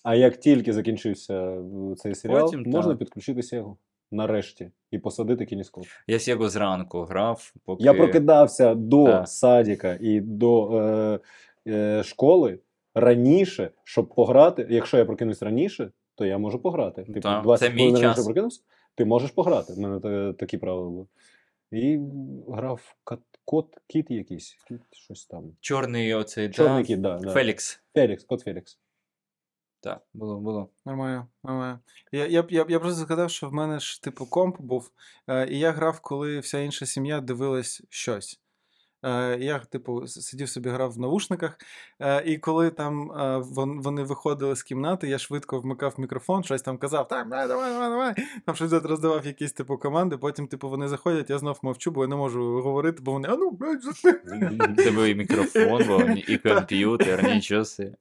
S3: а як тільки закінчився е, цей серіал,
S2: Потім,
S3: можна
S2: так.
S3: підключити Сегу нарешті і посадити кініскоп.
S2: Я Сєго зранку грав, поки.
S3: Я прокидався до
S2: Так.
S3: садіка і до е, е, школи раніше, щоб пограти. Якщо я прокинусь раніше, то я можу пограти. Типу,
S2: Так, Ну
S3: 20
S2: це мій
S3: хвилин раніше
S2: час.
S3: прокинувся, ти можеш пограти. У мене та- такі правила були. І грав кат, кот, кіт якийсь, кіт, щось там.
S2: Чорний оцей та,
S3: Чорний кіт, да, да.
S2: Фелікс.
S3: Фелікс, кот Фелікс.
S2: Так, було, було.
S1: Нормально, нормально. Я, я, я, я просто згадав, що в мене ж типу комп був, е, і я грав, коли вся інша сім'я дивилась щось. Е, і я, типу, с- сидів собі грав в навушниках, е, і коли там е, вон- вони виходили з кімнати, я швидко вмикав мікрофон, щось там казав, так, давай, давай, давай, давай. Там щось от роздавав якісь типу команди. Потім, типу, вони заходять, я знов мовчу, бо я не можу говорити, бо вони, а ну, блядь, засни».
S2: У тебе і мікрофон, був, ні- і комп'ютер, нічого собі.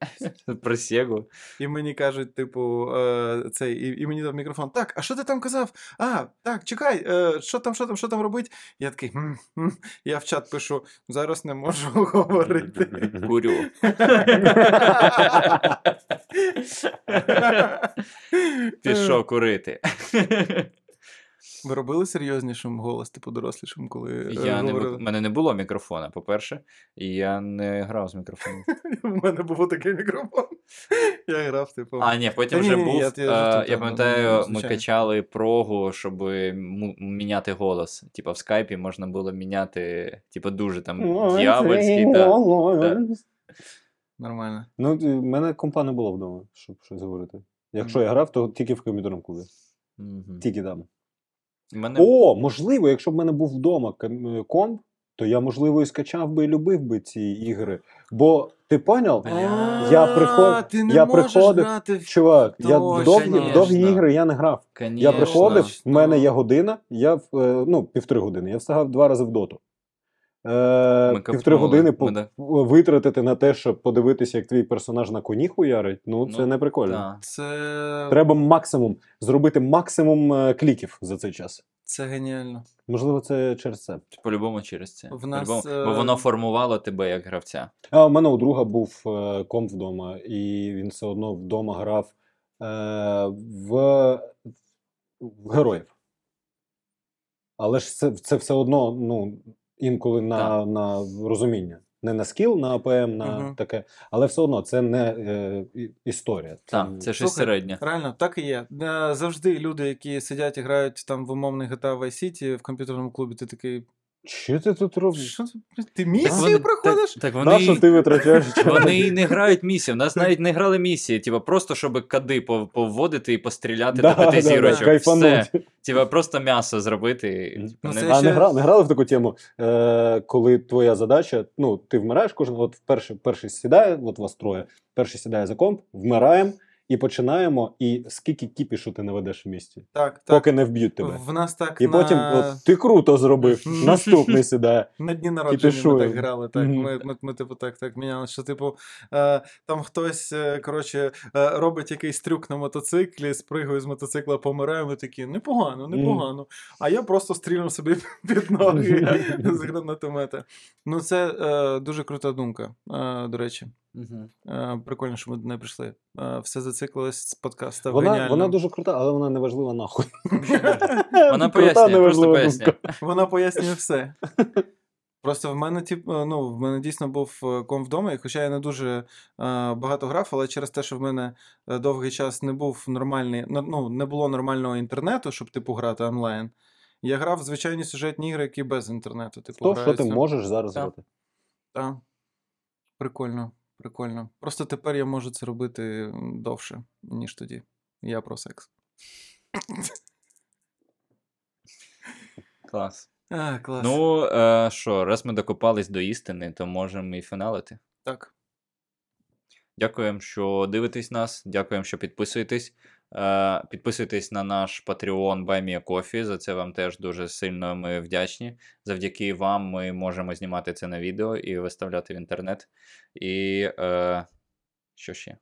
S2: Про Сєгу.
S1: І мені кажуть, типу, е, цей, і, і мені дав мікрофон. Так, а що ти там казав? А, так, чекай, е, що там, що там, що там робить? Я такий, «М, м». я в чат пишу, зараз не можу говорити.
S2: Курю. Пішов курити.
S1: Е, Ви робили серйознішим голос, типу, дорослішим, коли е,
S2: Я не вик-
S1: говорили?
S2: У мене не було мікрофона, по-перше, і я не грав з мікрофоном.
S1: У мене був такий мікрофон. Я грав, типу.
S2: А, ні, потім
S1: Та
S2: вже
S1: ні, ні,
S2: був.
S1: я-
S2: Я,
S1: я жартую, та,
S2: я
S1: ну,
S2: пам'ятаю, ми
S1: звичайно.
S2: качали прогу, щоб м- міняти голос. Типа в скайпі можна було міняти, типа, дуже там
S3: Ну,
S2: дьявольський. та.
S1: Нормально.
S3: Ну, в мене компа не було вдома, щоб щось говорити. Якщо я грав, то тільки в комп'ютерному клубі.
S2: Мгм.
S3: Тільки там.
S2: У мене
S3: О, можливо, якщо б в мене був вдома кам- е, комп, то я, можливо, і скачав би і любив би ці ігри. Бо ти поняв?
S2: Е,
S3: Я приход-
S1: Ти не
S3: я
S1: можеш
S3: приходив-
S1: грати в
S3: Чувак, я в
S1: Точно.
S3: довгі, в довгі
S2: Конечно.
S3: ігри я не грав.
S2: конечно.
S3: Я приходив, в мене
S1: Точно.
S3: є година, я в, е, ну, півтори години, я встигав два рази в доту. Е,
S2: Ми
S3: півтори
S2: копнули,
S3: години по-
S2: ми да.
S3: витратити на те, щоб подивитися, як твій персонаж на коні хуярить, ну це
S2: Ну,
S3: не прикольно.
S2: Да.
S1: Це,
S3: Треба максимум зробити максимум е, кліків за цей час.
S1: це геніально.
S3: Можливо, це через це.
S2: По-любому через це.
S1: В нас,
S2: По-любому.
S1: е,
S2: Бо воно формувало тебе як гравця.
S3: А у мене у друга був е, комп вдома, і він все одно вдома грав е, в, в героїв. Але ж це, це все одно ну, інколи на,
S2: Так.
S3: на розуміння. Не на скіл, на АПМ, на
S1: Мгм.
S3: таке. Але все одно це не е, і- історія.
S2: Так, це щось
S1: Слухай,
S2: середнє.
S1: Реально, так і є. Е, Завжди люди, які сидять і грають там в умовний GTA Vice City в комп'ютерному клубі, ти такий.
S3: Що ти тут робиш?
S1: Що ти- ти
S2: Так вони-
S1: місію проходиш?
S2: Так, так
S3: Вони...
S2: вони,
S3: Нащо ти витрачаєш час?
S2: вони і не грають місії. В нас навіть не грали місії. Типа просто щоб кади пов- повводити і постріляти
S3: Да,
S2: та пити
S3: да, да,
S2: типу, зірочок.
S3: кайфануть.
S2: Все. Типа просто м'ясо зробити.
S3: Мгм.
S2: Типа,
S1: Ну,
S2: не-
S1: це
S3: А
S1: ще-
S3: не, гра, не грали в таку тему, е, коли твоя задача, ну, ти вмираєш кожен, от перший, перший сідає, от вас троє, перший сідає за комп, вмираємо і починаємо, і скільки кіпішу ти наведеш в місті,
S1: Так, так.
S3: поки не вб'ють тебе.
S1: В нас так
S3: І
S1: на...
S3: потім от, ти круто зробив, наступний сідає.
S1: на дні народження ми
S3: пішує.
S1: так грали. Так.
S3: Мгм.
S1: Ми, ми, ми, типу, так, так міняли, що типу, е, там хтось е, коротше, е, робить якийсь трюк на мотоциклі, спригує з мотоцикла, помирає, ми такі, непогано,
S3: Мгм.
S1: непогано. А я просто стрільнув собі під ноги з гранатомета. Ну, це е, дуже крута думка, е, до речі.
S2: Мгм.
S1: Е, прикольно, що ми до неї прийшли. Е, все зациклилось з подкаста.
S3: Вона, вона дуже крута, але вона не важлива нахуй.
S2: Вона
S3: Крута, ну,
S2: пояснює, просто
S3: неважлива
S2: пояснює.
S3: думка.
S1: Вона пояснює все. Просто в мене, тип, е, ну, в мене дійсно був е, ком вдома, і хоча я не дуже е, багато грав, але через те, що в мене е, довгий час не був нормальний, ну, ну, не було нормального інтернету, щоб типу грати онлайн. Я грав в звичайні сюжетні ігри, які без інтернету. Типу,
S3: То, що ти
S1: граються.
S3: можеш зараз
S2: Так.
S3: робити.
S1: Так. Прикольно, прикольно. Просто тепер я можу це робити м, довше, ніж тоді. Я про секс.
S2: Клас.
S1: А, клас.
S2: Ну, е, що, раз ми докопались до істини, то можемо і фіналити.
S1: Так.
S2: Дякуємо, що дивитесь нас. Дякуємо, що підписуєтесь. Е, Підписуйтесь на наш Patreon BuyMeACoffee, За це вам теж дуже сильно ми вдячні. Завдяки вам ми можемо знімати це на відео і виставляти в інтернет. І е, що ще?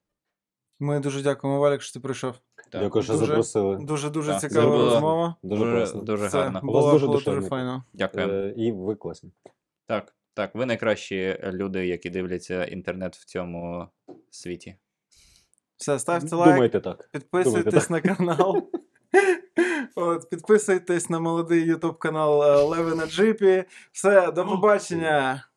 S1: Ми дуже дякуємо, Валік, що ти прийшов.
S2: Так.
S3: Дякую, що
S1: Дуже-
S3: запросили.
S1: Дуже-дуже
S2: Так,
S1: цікава
S2: зробила.
S1: розмова.
S3: Дуже
S2: Дуже,
S3: класно.
S2: дуже
S1: Все,
S2: гарно.
S3: У
S1: Було,
S3: вас дуже
S1: було дуже
S3: душевно.
S1: файно.
S2: Дякуємо.
S3: Е, І ви класні.
S2: Так, так, ви найкращі люди, які дивляться інтернет в цьому світі.
S1: Все, ставте лайк,
S3: Думайте так.
S1: підписуйтесь на канал. От, е, підписуйтесь на молодий YouTube канал Леви на Джипі. Все, до побачення!